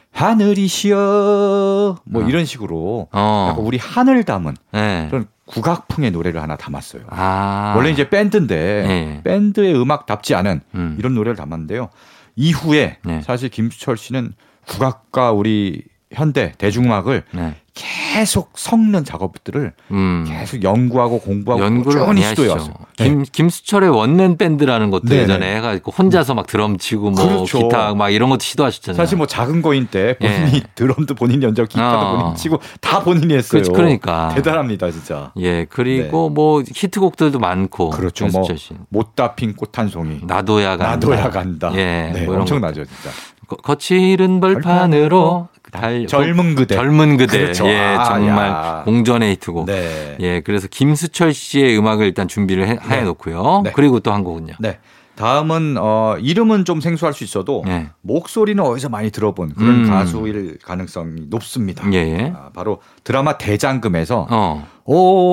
S5: 하늘이시여 뭐
S1: 어.
S5: 이런 식으로 약간
S1: 어.
S5: 우리 하늘 담은
S1: 예.
S5: 그런 국악풍의 노래를 하나 담았어요.
S1: 아.
S5: 원래 이제 밴드인데
S1: 예.
S5: 밴드의 음악답지 않은
S1: 음.
S5: 이런 노래를 담았는데요. 이후에
S1: 네.
S5: 사실 김수철 씨는 국악과 우리 현대 대중음악을
S1: 네.
S5: 계속 섞는 작업들을
S1: 음.
S5: 계속 연구하고 공부하고
S1: 연구를 많이
S5: 꾸준히
S1: 하시죠.
S5: 시도해왔어요. 네.
S1: 김 김수철의 원맨 밴드라는 것도
S5: 네네.
S1: 예전에 해가지고 혼자서 막 드럼 치고 뭐
S5: 그렇죠.
S1: 기타 막 이런 것도 시도하셨잖아요.
S5: 사실 뭐 작은 거인 때 본인이
S1: 네. 예.
S5: 드럼도 본인 연주하고 기타도
S1: 어.
S5: 본인 치고 다 본인이 했어요.
S1: 그렇지, 그러니까.
S5: 대단합니다 진짜.
S1: 예 그리고 뭐 히트곡들도 많고
S5: 그렇죠. 뭐
S1: 김수철 씨
S5: 못다 핀 꽃 한 송이.
S1: 나도야 간다.
S5: 나도야 간다.
S1: 예,
S5: 네,
S1: 뭐 이런
S5: 엄청나죠 진짜.
S1: 거- 거칠은 벌판으로 달
S5: 젊은 그대.
S1: 젊은 그대.
S5: 그렇죠.
S1: 예,
S5: 아,
S1: 정말
S5: 야.
S1: 공전의 히트곡.
S5: 네.
S1: 예, 그래서 김수철 씨의 음악을 일단 준비를 해,
S5: 네.
S1: 놓고요.
S5: 네.
S1: 그리고 또 한 곡은요.
S5: 네. 다음은 어 이름은 좀 생소할 수 있어도
S1: 예.
S5: 목소리는 어디서 많이 들어본 그런
S1: 음.
S5: 가수일 가능성이 높습니다.
S1: 예, 예.
S5: 아, 바로 드라마 대장금에서
S1: 어.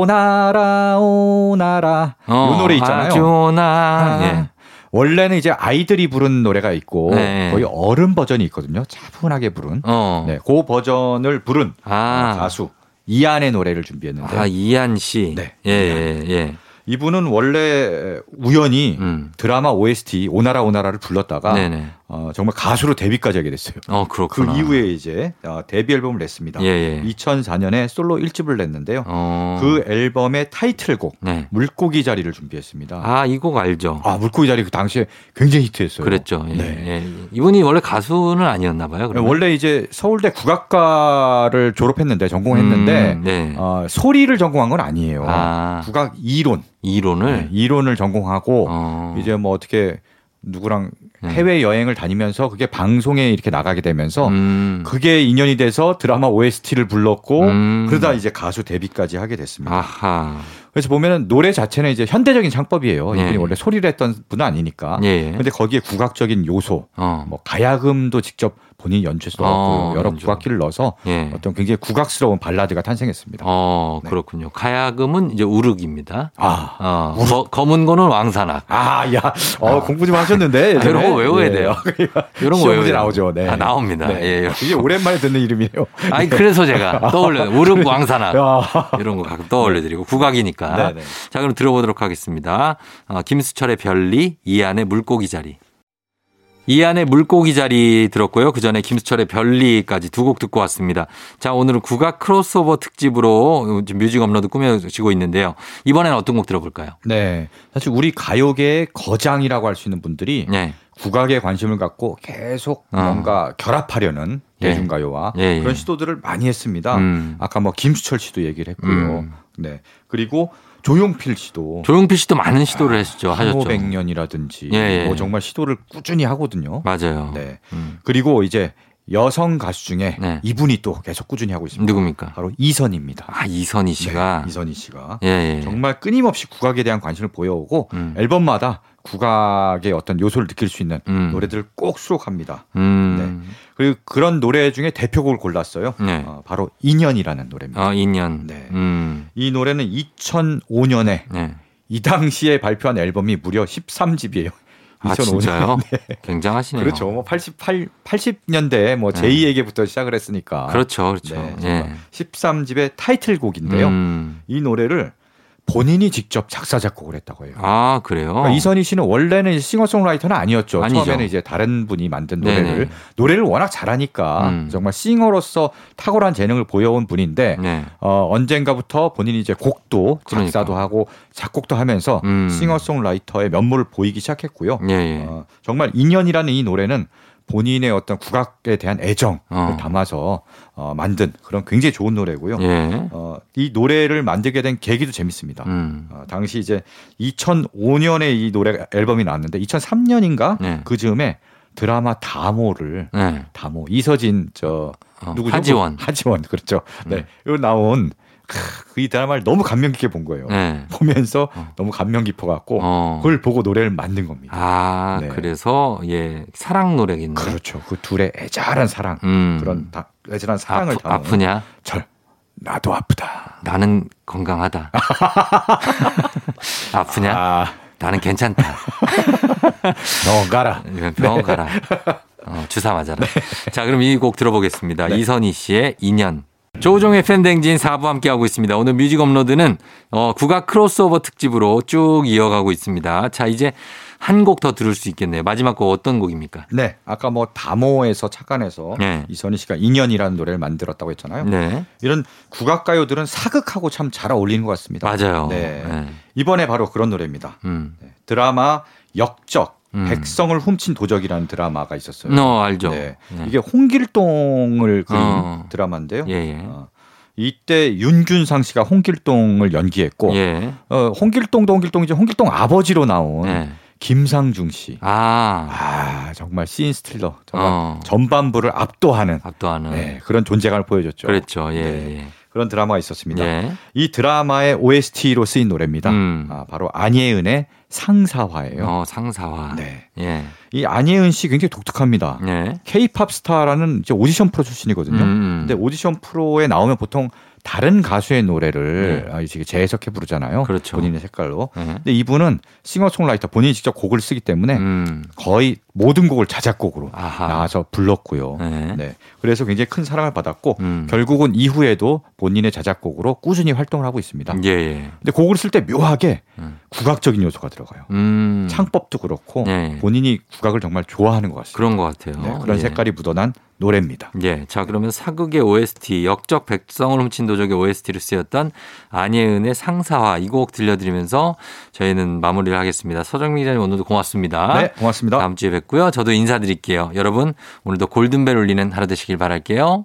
S5: 오나라 오나라
S1: 어.
S5: 이 노래 있잖아요.
S1: 아주나. 예.
S5: 원래는 이제 아이들이 부른 노래가 있고
S1: 네.
S5: 거의 어른 버전이 있거든요. 차분하게 부른
S1: 어.
S5: 네, 그 버전을 부른
S1: 아.
S5: 가수 이안의 노래를 준비했는데
S1: 아, 이한 씨.
S5: 네.
S1: 예, 예, 예.
S5: 이분은 원래 우연히
S1: 음.
S5: 드라마 OST 오나라 오나라를 불렀다가
S1: 네, 네.
S5: 어, 정말 가수로 데뷔까지 하게 됐어요.
S1: 어,
S5: 그
S1: 그렇구나.
S5: 이후에 이제 어, 데뷔 앨범을 냈습니다.
S1: 예, 예.
S5: 2004년에 솔로 1집을 냈는데요.
S1: 어.
S5: 그 앨범의 타이틀곡
S1: 네.
S5: 물고기 자리를 준비했습니다.
S1: 아, 이 곡 알죠.
S5: 아, 물고기 자리 그 당시에 굉장히 히트했어요.
S1: 그랬죠. 예,
S5: 네.
S1: 예. 이분이 원래 가수는 아니었나 봐요. 그러면. 음,
S5: 원래 이제 서울대 국악과를 졸업했는데 전공했는데
S1: 음, 네.
S5: 어, 소리를 전공한 건 아니에요.
S1: 아.
S5: 국악 이론, 네,
S1: 이론을
S5: 이론을 전공하고
S1: 어.
S5: 이제 뭐 어떻게 누구랑
S1: 네.
S5: 해외 여행을 다니면서 그게 방송에 이렇게 나가게 되면서
S1: 음.
S5: 그게 인연이 돼서 드라마 OST를 불렀고
S1: 음.
S5: 그러다 이제 가수 데뷔까지 하게 됐습니다.
S1: 아하.
S5: 그래서 보면은 노래 자체는 이제 현대적인 창법이에요.
S1: 예.
S5: 이분이 원래 소리를 했던 분은 아니니까.
S1: 예.
S5: 근데 거기에 국악적인 요소,
S1: 어.
S5: 뭐 가야금도 직접 본인 연주해서
S1: 어,
S5: 넣었고 여러
S1: 연주.
S5: 국악기를 넣어서
S1: 예.
S5: 어떤 굉장히 국악스러운 발라드가 탄생했습니다.
S1: 어,
S5: 네.
S1: 그렇군요. 가야금은 이제 우륵입니다.
S5: 아,
S1: 어, 거- 검은 거는 왕산악.
S5: 아, 야, 어, 공부 좀 하셨는데
S1: 아, 이런 거 외워야
S5: 예.
S1: 돼요. 이런 거
S5: 시험
S1: 외워야
S5: 문제
S1: 돼요.
S5: 나오죠. 네.
S1: 아, 나옵니다. 예, 이런
S5: 이게 오랜만에 듣는 이름이에요.
S1: 아니, 그래서 제가 떠올려요. 우륵 왕산악.
S5: 야.
S1: 이런 거 가끔 떠올려드리고 국악이니까.
S5: 네, 네.
S1: 자, 그럼 들어보도록 하겠습니다. 어, 김수철의 별리, 이안의 물고기 자리. 이안의 물고기 자리 들었고요. 그 전에 김수철의 별리까지 두 곡 듣고 왔습니다. 자, 오늘은 국악 크로스오버 특집으로 지금 뮤직 업로드 꾸며지고 있는데요. 이번엔 어떤 곡 들어볼까요?
S5: 네. 사실 우리 가요계의 거장이라고 할 수 있는 분들이
S1: 네.
S5: 국악에 관심을 갖고 계속
S1: 어.
S5: 뭔가 결합하려는
S1: 예.
S5: 대중가요와
S1: 예, 예.
S5: 그런 시도들을 많이 했습니다.
S1: 음.
S5: 아까 뭐 김수철 씨도 얘기를 했고요.
S1: 음.
S5: 네. 그리고 조용필 씨도
S1: 조용필 씨도 많은 시도를 했죠. 하셨죠.
S5: 1500년이라든지
S1: 예, 예.
S5: 뭐 정말 시도를 꾸준히 하거든요.
S1: 맞아요.
S5: 네.
S1: 음.
S5: 그리고 이제 여성 가수 중에
S1: 네.
S5: 이분이 또 계속 꾸준히 하고 있습니다.
S1: 누굽니까?
S5: 바로 이선입니다.
S1: 아, 이선희 씨가.
S5: 네, 이선희 씨가
S1: 예, 예.
S5: 정말 끊임없이 국악에 대한 관심을 보여오고
S1: 음.
S5: 앨범마다 국악의 어떤 요소를 느낄 수 있는
S1: 음.
S5: 노래들을 꼭 수록합니다.
S1: 음.
S5: 그리고 그런 노래 중에 대표곡을 골랐어요.
S1: 네.
S5: 어, 바로 인연이라는 노래입니다.
S1: 어, 인연.
S5: 네.
S1: 음.
S5: 이 노래는 2005년에
S1: 네.
S5: 이 당시에 발표한 앨범이 무려 13집이에요.
S1: 아, 진짜요? 굉장하시네요.
S5: 그렇죠. 뭐 88, 80년대에 뭐
S1: 네.
S5: 제2에게부터 시작을 했으니까.
S1: 그렇죠. 그렇죠.
S5: 네,
S1: 예.
S5: 13집의 타이틀곡인데요.
S1: 음.
S5: 이 노래를 본인이 직접 작사 작곡을 했다고 해요.
S1: 아, 그래요?
S5: 그러니까 이선희 씨는 원래는 이제 싱어송라이터는 아니었죠.
S1: 아니죠.
S5: 처음에는 이제 다른 분이 만든
S1: 네네.
S5: 노래를 노래를 워낙 잘하니까
S1: 음.
S5: 정말 싱어로서 탁월한 재능을 보여온 분인데
S1: 네.
S5: 어, 언젠가부터 본인이 이제 곡도 작사도
S1: 그러니까.
S5: 하고 작곡도 하면서
S1: 음.
S5: 싱어송라이터의 면모를 보이기 시작했고요.
S1: 예, 예.
S5: 어, 정말 인연이라는 이 노래는 본인의 어떤 국악에 대한 애정을
S1: 어.
S5: 담아서 어, 만든 그런 굉장히 좋은 노래고요.
S1: 예.
S5: 어, 이 노래를 만들게 된 계기도 재밌습니다.
S1: 음.
S5: 어, 당시 이제 2005년에 이 노래 앨범이 나왔는데 2003년인가
S1: 네.
S5: 그 즈음에 드라마 다모를
S1: 예.
S5: 다모 이서진 저
S1: 어,
S5: 누구죠?
S1: 하지원. 음.
S5: 하지원 그렇죠. 네, 요 나온 크, 그이 드라마를 너무 감명 깊게 본 거예요.
S1: 예.
S5: 보면서
S1: 어.
S5: 너무 감명 깊어갖고
S1: 어.
S5: 그걸 보고 노래를 만든 겁니다.
S1: 아,
S5: 네.
S1: 그래서 예. 사랑 노래겠네.
S5: 그렇죠. 그 둘의 애절한 사랑
S1: 음.
S5: 그런 다, 애절한 사랑을
S1: 아프,
S5: 담은
S1: 아프냐?
S5: 절 나도 아프다.
S1: 나는 건강하다. 아프냐?
S5: 아,
S1: 나는 괜찮다.
S5: 너 가라.
S1: 이건
S5: 네.
S1: 병원 가라. 어, 주사 맞아라. 자, 그럼 이 곡 들어보겠습니다.
S5: 네.
S1: 이선희 씨의 인연. 조우종의 팬댕진 4부 함께하고 있습니다. 오늘 뮤직 업로드는 어, 국악 크로스오버 특집으로 쭉 이어가고 있습니다. 자, 이제 한 곡 더 들을 수 있겠네요. 마지막 곡 어떤 곡입니까?
S5: 네, 아까 뭐 다모에서 착안해서
S1: 네.
S5: 이선희 씨가 인연이라는 노래를 만들었다고 했잖아요.
S1: 네.
S5: 이런 국악 가요들은 사극하고 참 잘 어울리는 것 같습니다.
S1: 맞아요.
S5: 네.
S1: 네.
S5: 이번에 바로 그런 노래입니다.
S1: 음.
S5: 네, 드라마 역적
S1: 음.
S5: 백성을 훔친 도적이라는 드라마가 있었어요.
S1: 너 알죠?
S5: 네.
S1: 네.
S5: 이게 홍길동을 그린
S1: 어.
S5: 드라마인데요.
S1: 예, 예.
S5: 어, 이때 윤균상 씨가 홍길동을 연기했고
S1: 예.
S5: 어, 홍길동도 홍길동이지 홍길동 아버지로 나온
S1: 네.
S5: 김상중 씨.
S1: 아,
S5: 아 정말 시인 스틸러 정말
S1: 어.
S5: 전반부를 압도하는
S1: 압도하는.
S5: 네, 그런 존재감을 보여줬죠.
S1: 그랬죠. 예,
S5: 네.
S1: 예.
S5: 그런 드라마가 있었습니다.
S1: 예.
S5: 이 드라마의 OST로 쓰인 노래입니다.
S1: 음.
S5: 아, 바로 안예은의 상사화예요.
S1: 어, 상사화.
S5: 네.
S1: 예.
S5: 이 안예은 씨 굉장히 독특합니다.
S1: 예.
S5: K-팝 스타라는 이제 오디션 프로 출신이거든요.
S1: 음.
S5: 근데 오디션 프로에 나오면 보통 다른 가수의 노래를 아, 이제 재해석해 부르잖아요.
S1: 네. 그렇죠.
S5: 본인의 색깔로.
S1: 예.
S5: 근데 이분은 싱어송라이터 본인이 직접 곡을 쓰기 때문에
S1: 음.
S5: 거의 모든 곡을 자작곡으로
S1: 아하.
S5: 나와서 불렀고요.
S1: 네.
S5: 네. 그래서 굉장히 큰 사랑을 받았고
S1: 음.
S5: 결국은 이후에도 본인의 자작곡으로 꾸준히 활동을 하고 있습니다.
S1: 예, 예.
S5: 근데 곡을 쓸 때 묘하게
S1: 음.
S5: 국악적인 요소가 들어가요.
S1: 음.
S5: 창법도 그렇고
S1: 예.
S5: 본인이 국악을 정말 좋아하는 것 같습니다.
S1: 그런 것 같아요.
S5: 네, 그런
S1: 예.
S5: 색깔이 묻어난 노래입니다.
S1: 예. 자, 그러면 사극의 OST, 역적 백성을 훔친 도적의 OST로 쓰였던 안예은의 상사화 이 곡 들려드리면서 저희는 마무리를 하겠습니다. 서정민 기자님 오늘도 고맙습니다.
S5: 네, 고맙습니다.
S1: 다음 주에 뵙고요. 저도 인사드릴게요. 여러분, 오늘도 골든벨 울리는 하루 되시길 바랄게요.